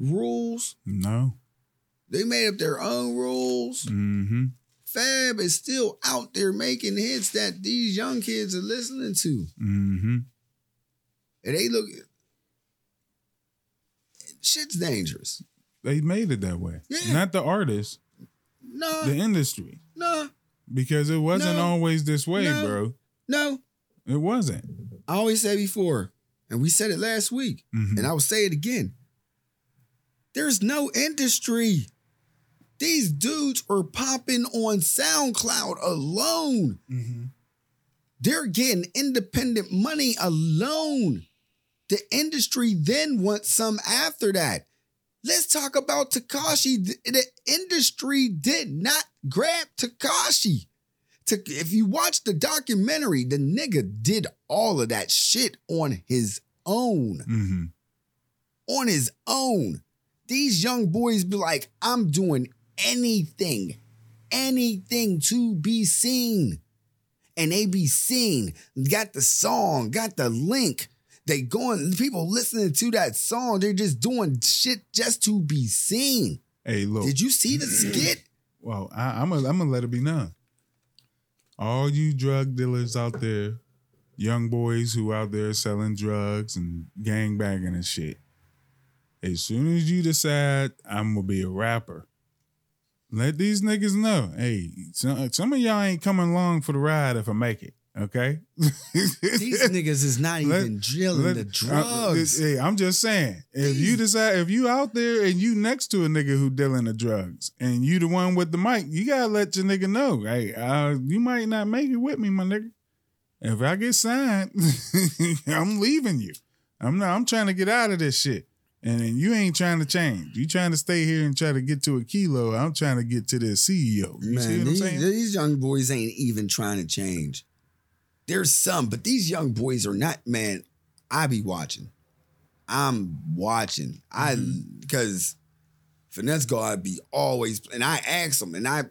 [SPEAKER 4] rules
[SPEAKER 1] no.
[SPEAKER 4] they made up their own rules
[SPEAKER 1] Mm-hmm.
[SPEAKER 4] fab is still out there making hits that these young kids are listening to
[SPEAKER 1] Mm-hmm.
[SPEAKER 4] and they look shit's dangerous
[SPEAKER 1] They made it that way.
[SPEAKER 4] Yeah.
[SPEAKER 1] Not the artist,
[SPEAKER 4] no
[SPEAKER 1] the industry.
[SPEAKER 4] no
[SPEAKER 1] Because it wasn't
[SPEAKER 4] No.
[SPEAKER 1] always this way,
[SPEAKER 4] No.
[SPEAKER 1] bro.
[SPEAKER 4] no
[SPEAKER 1] It wasn't.
[SPEAKER 4] i always said before and we said it last week
[SPEAKER 1] Mhm.
[SPEAKER 4] And I will say it again. There's no industry. These dudes are popping on SoundCloud alone. They're getting independent money alone. The industry then wants some after that. Let's talk about Takashi. The- The industry did not grab Takashi. Ta- If you watch the documentary, the nigga did all of that shit on his own
[SPEAKER 1] Mhm.
[SPEAKER 4] on his own. These young boys be like, I'm doing anything, anything to be seen. And they be seen, got the song, got the link. They going, people listening to that song, they're just doing shit just to be seen.
[SPEAKER 1] Hey, look.
[SPEAKER 4] Did you see the skit?
[SPEAKER 1] Well, I, I'm gonna I'm gonna let it be known. All you drug dealers out there, young boys who out there selling drugs and gang banging and shit. As soon as you decide I'm gonna be a rapper, let these niggas know. Hey, some, some of y'all ain't coming along for the ride if I make it. Okay.
[SPEAKER 4] These niggas is not
[SPEAKER 1] Let-
[SPEAKER 4] even drilling
[SPEAKER 1] Let-
[SPEAKER 4] the
[SPEAKER 1] I- this-
[SPEAKER 4] drugs.
[SPEAKER 1] hey, I'm just saying, if you decide, if you out there and you next to a nigga who dealing the drugs, and you the one with the mic, you gotta let your nigga know, hey, uh, you might not make it with me, my nigga. If I get signed, I'm leaving you. I'm not. I'm trying to get out of this shit, and then you ain't trying to change. You trying to stay here and try to get to a kilo. I'm trying to get to the CEO. You see what
[SPEAKER 4] Man,
[SPEAKER 1] I'm
[SPEAKER 4] these,
[SPEAKER 1] saying?
[SPEAKER 4] these young boys ain't even trying to change. There's some, but these young boys are not, man.
[SPEAKER 1] Mm-hmm.
[SPEAKER 4] I be watching. I'm watching. I because Finesse guard be always, and I asked them, and I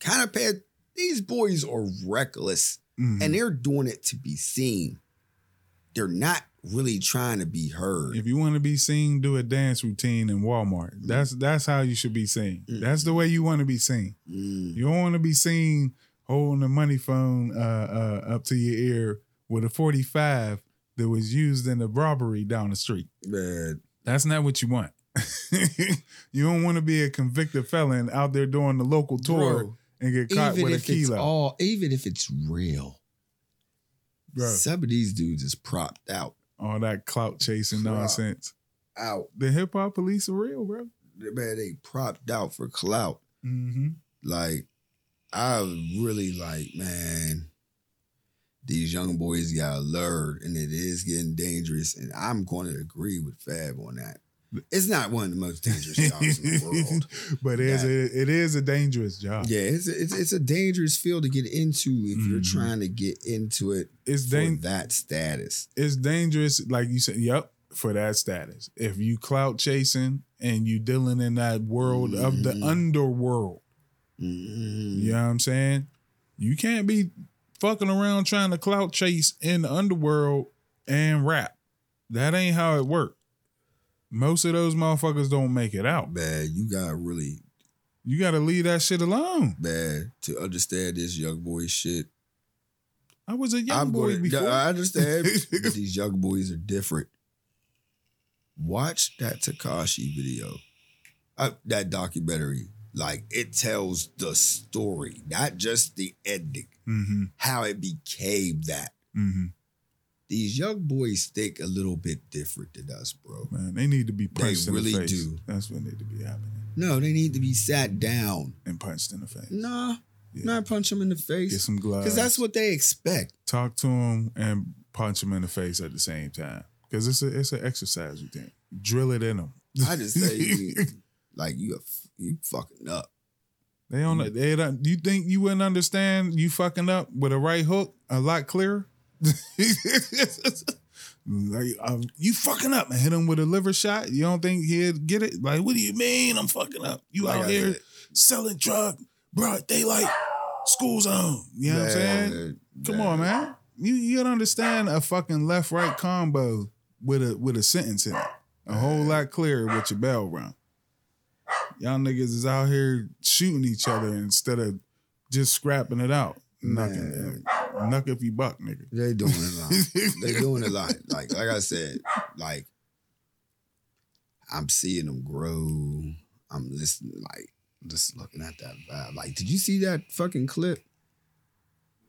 [SPEAKER 4] kind of paid. These boys are reckless,
[SPEAKER 1] Mhm.
[SPEAKER 4] and they're doing it to be seen. They're not really trying to be heard.
[SPEAKER 1] If you want to be seen, do a dance routine in Walmart.
[SPEAKER 4] Mm-hmm.
[SPEAKER 1] That's that's how you should be seen. That's the way you want to be seen.
[SPEAKER 4] Mm.
[SPEAKER 1] You don't want to be seen holding a money phone uh, uh, up to your ear with a 45 that was used in a robbery down the street.
[SPEAKER 4] Man,
[SPEAKER 1] That's not what you want. you don't want to be a convicted felon out there doing the local tour
[SPEAKER 4] Bro,
[SPEAKER 1] and get caught
[SPEAKER 4] even
[SPEAKER 1] with a
[SPEAKER 4] if it's
[SPEAKER 1] kilo.
[SPEAKER 4] all, even if it's real,
[SPEAKER 1] Bro,
[SPEAKER 4] some of these dudes is propped out,
[SPEAKER 1] all that clout chasing
[SPEAKER 4] Bro.
[SPEAKER 1] nonsense.
[SPEAKER 4] out.
[SPEAKER 1] The hip hop police are real, bro.
[SPEAKER 4] Man, they propped out for clout.
[SPEAKER 1] Mm-hmm.
[SPEAKER 4] Like, I really like, man. These young boys got lured, and it is getting dangerous. And I'm going to agree with Fab on that. It's not one of the most dangerous jobs in the world.
[SPEAKER 1] but it is
[SPEAKER 4] Yeah.
[SPEAKER 1] a, it is a dangerous job.
[SPEAKER 4] Yeah, it's it's, it's a dangerous field to get into if you're
[SPEAKER 1] Mhm.
[SPEAKER 4] trying to get into it
[SPEAKER 1] It's
[SPEAKER 4] for
[SPEAKER 1] dang,
[SPEAKER 4] that status.
[SPEAKER 1] it's dangerous, like you said. Yep, for that status. If you clout chasing and you dealing in that world of the
[SPEAKER 4] Mhm.
[SPEAKER 1] underworld,
[SPEAKER 4] Mhm.
[SPEAKER 1] you know what I'm saying? You can't be fucking around trying to clout chase in the underworld and rap. That ain't how it works. Most of those motherfuckers don't make it out.
[SPEAKER 4] Man, you got to really
[SPEAKER 1] You gotta leave that shit alone.
[SPEAKER 4] bad to understand this young boy shit.
[SPEAKER 1] I was a young boy
[SPEAKER 4] gonna-
[SPEAKER 1] before.
[SPEAKER 4] I understand. but these young boys are different. Watch that Takashi video, uh, that documentary. Like it tells the story, not just the ending,
[SPEAKER 1] mm-hmm.
[SPEAKER 4] how it became that.
[SPEAKER 1] Mm-hmm.
[SPEAKER 4] These young boys think a little bit different than us, bro.
[SPEAKER 1] Man, they need to be
[SPEAKER 4] They
[SPEAKER 1] punched in the
[SPEAKER 4] really
[SPEAKER 1] face.
[SPEAKER 4] do.
[SPEAKER 1] That's what need to be happening.
[SPEAKER 4] No, they need to be sat down.
[SPEAKER 1] And punched in the face.
[SPEAKER 4] Nah,
[SPEAKER 1] Yeah.
[SPEAKER 4] not punch them in the
[SPEAKER 1] Get
[SPEAKER 4] face
[SPEAKER 1] some gloves.
[SPEAKER 4] because that's what they expect.
[SPEAKER 1] talk to him and punch him in the face at the same time. Because it's a it's an exercise you think. Drill it in them.
[SPEAKER 4] I just say, you- like you, a f- you fucking up.
[SPEAKER 1] They don't. They don't. You think you wouldn't understand you fucking up with a right hook a lot clearer? like um, you fucking up and hit him with a liver shot. You don't think he'd get it? Like, what do you mean I'm fucking up? You
[SPEAKER 4] Like
[SPEAKER 1] out
[SPEAKER 4] I
[SPEAKER 1] here
[SPEAKER 4] said.
[SPEAKER 1] selling drug, broad daylight, school zone. You know what I'm saying? Come on, man. You you don't understand a fucking left right combo with a with a sentence in it. A whole lot clearer with your bell run. Y'all niggas is out here shooting each other instead of just scrapping it out. Knucking
[SPEAKER 4] Man.
[SPEAKER 1] Knuck if you buck, nigga.
[SPEAKER 4] They doing a lot. they doing a lot. Like like I said, like I'm seeing them grow. I'm listening, like just looking at that vibe. Like, did you see that fucking clip?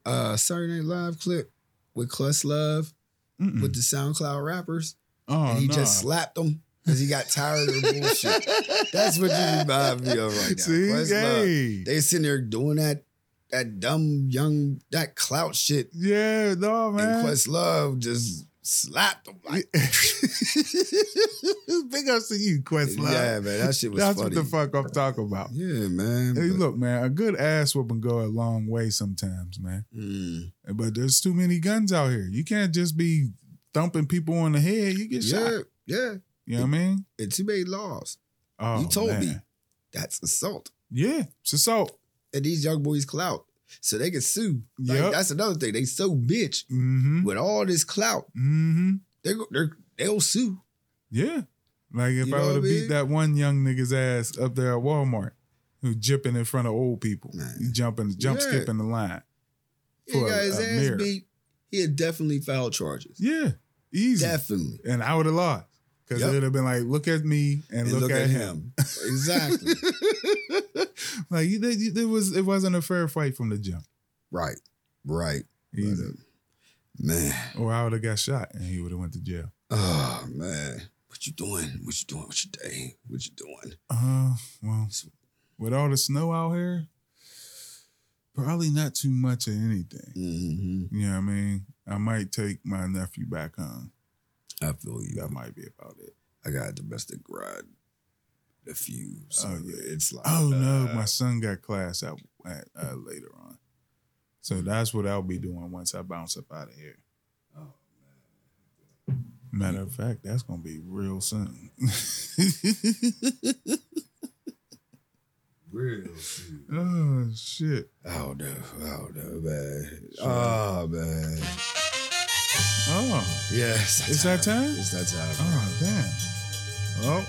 [SPEAKER 4] Uh, Saturday Night Live clip with Clutch Love
[SPEAKER 1] Mm-mm.
[SPEAKER 4] with the SoundCloud rappers,
[SPEAKER 1] Mm. oh,
[SPEAKER 4] and he
[SPEAKER 1] nah.
[SPEAKER 4] just slapped them because he got tired of the bullshit. That's what you remind me of right now.
[SPEAKER 1] See,
[SPEAKER 4] Questlove.
[SPEAKER 1] hey.
[SPEAKER 4] They sitting there doing that that dumb young that clout shit
[SPEAKER 1] yeah, no,
[SPEAKER 4] and
[SPEAKER 1] man.
[SPEAKER 4] Quest Love just slapped him. Like,
[SPEAKER 1] Big ups to you, Questlove.
[SPEAKER 4] yeah, man, that shit was
[SPEAKER 1] That's
[SPEAKER 4] funny.
[SPEAKER 1] what the fuck I'm talking about.
[SPEAKER 4] Yeah, man.
[SPEAKER 1] Hey,
[SPEAKER 4] but-
[SPEAKER 1] look, man, a good ass whooping go a long way sometimes, man.
[SPEAKER 4] Mm.
[SPEAKER 1] But there's too many guns out here. You can't just be thumping people on the head. You get
[SPEAKER 4] yeah,
[SPEAKER 1] shot.
[SPEAKER 4] yeah.
[SPEAKER 1] You know what I mean?
[SPEAKER 4] And too many laws.
[SPEAKER 1] Oh,
[SPEAKER 4] you told me
[SPEAKER 1] man.
[SPEAKER 4] that's assault.
[SPEAKER 1] Yeah, it's assault.
[SPEAKER 4] And these young boys clout, so they can sue. Like,
[SPEAKER 1] Yep.
[SPEAKER 4] that's another thing. They so bitch
[SPEAKER 1] Mm-hmm.
[SPEAKER 4] with all this clout.
[SPEAKER 1] Mm-hmm.
[SPEAKER 4] They go- they're they'll sue.
[SPEAKER 1] Yeah. Like if
[SPEAKER 4] You
[SPEAKER 1] I
[SPEAKER 4] know
[SPEAKER 1] would have
[SPEAKER 4] what I
[SPEAKER 1] beat
[SPEAKER 4] mean?
[SPEAKER 1] that one young nigga's ass up there at Walmart who jipping in front of old people.
[SPEAKER 4] Man.
[SPEAKER 1] He jumping, jump
[SPEAKER 4] Yeah.
[SPEAKER 1] skipping the line.
[SPEAKER 4] He
[SPEAKER 1] For
[SPEAKER 4] got
[SPEAKER 1] a-
[SPEAKER 4] his
[SPEAKER 1] a
[SPEAKER 4] ass
[SPEAKER 1] mirror.
[SPEAKER 4] beat. He had definitely filed charges.
[SPEAKER 1] Yeah. Easy.
[SPEAKER 4] Definitely.
[SPEAKER 1] And I would have lost. Because
[SPEAKER 4] Yep.
[SPEAKER 1] it would have been like, look at me and,
[SPEAKER 4] And
[SPEAKER 1] look, at, him.
[SPEAKER 4] exactly.
[SPEAKER 1] Like you, there, you- there was it wasn't a fair fight from the jump.
[SPEAKER 4] right. Right. But,
[SPEAKER 1] Easy.
[SPEAKER 4] uh, man.
[SPEAKER 1] Or I would have got shot and he would have went to jail.
[SPEAKER 4] Oh man, what you doing? What you doing with your day? What you doing?
[SPEAKER 1] Uh, well, with all the snow out here, probably not too much of anything.
[SPEAKER 4] Mm-hmm.
[SPEAKER 1] You know what I mean? I might take my nephew back home.
[SPEAKER 4] I feel you.
[SPEAKER 1] That might be about it.
[SPEAKER 4] I got domestic grind a few. So
[SPEAKER 1] Oh, yeah.
[SPEAKER 4] it's like
[SPEAKER 1] Oh no,
[SPEAKER 4] uh,
[SPEAKER 1] my son got class at, at uh, later on, so that's what I'll be doing once I bounce up out of here.
[SPEAKER 4] Oh,
[SPEAKER 1] Matter of fact, that's gonna be real soon.
[SPEAKER 4] Real food.
[SPEAKER 1] Oh shit.
[SPEAKER 4] Oh no, oh no, man. Oh man.
[SPEAKER 1] Oh.
[SPEAKER 4] Yeah,
[SPEAKER 1] It's that time?
[SPEAKER 4] It's that time.
[SPEAKER 1] Oh damn. Well,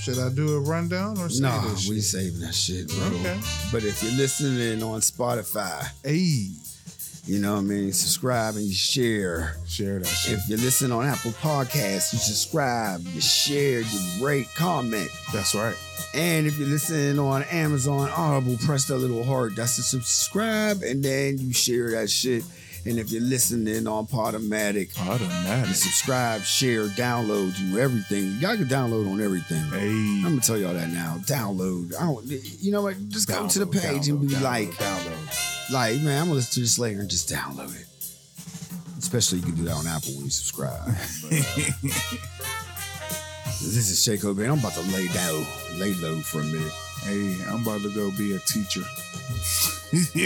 [SPEAKER 1] should I do a rundown or say
[SPEAKER 4] Nah,
[SPEAKER 1] this shit?
[SPEAKER 4] we saving that shit, bro.
[SPEAKER 1] Okay.
[SPEAKER 4] But if you're listening on Spotify,
[SPEAKER 1] Hey,
[SPEAKER 4] you know what I mean, subscribe and you share.
[SPEAKER 1] share that shit.
[SPEAKER 4] If you listen on Apple Podcasts, you subscribe, you share, you rate, comment.
[SPEAKER 1] That's right.
[SPEAKER 4] And if you're listening on Amazon Audible, press that little heart. That's to subscribe, and then you share that shit. And if you're listening on Podomatic, you
[SPEAKER 1] Automatic.
[SPEAKER 4] subscribe, share, download, do everything. Y'all can download on everything. I'm
[SPEAKER 1] Hey.
[SPEAKER 4] gonna tell y'all that now. Download. I don't. You know what? Just go to the
[SPEAKER 1] Download,
[SPEAKER 4] page and be
[SPEAKER 1] download,
[SPEAKER 4] like,
[SPEAKER 1] download.
[SPEAKER 4] like, man, I'm gonna listen to this later and just download it. Especially you can do that on Apple when you subscribe. But, uh, this is Shake O'Brien. I'm about to lay down, lay low for a minute.
[SPEAKER 1] Hey, I'm about to go be a teacher. this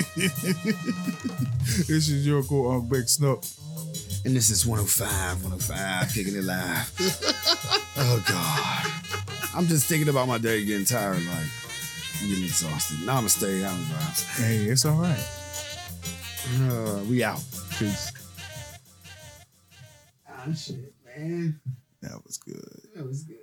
[SPEAKER 1] is your cool Uncle Big Snook.
[SPEAKER 4] And this is 105, 105, kicking it live. oh God. I'm just thinking about my day getting tired, like I'm getting exhausted. Namaste, I'm vibes.
[SPEAKER 1] Hey, it's all right.
[SPEAKER 4] Uh, we out.
[SPEAKER 1] Peace.
[SPEAKER 4] Ah shit, man.
[SPEAKER 1] That was good.
[SPEAKER 4] That was good.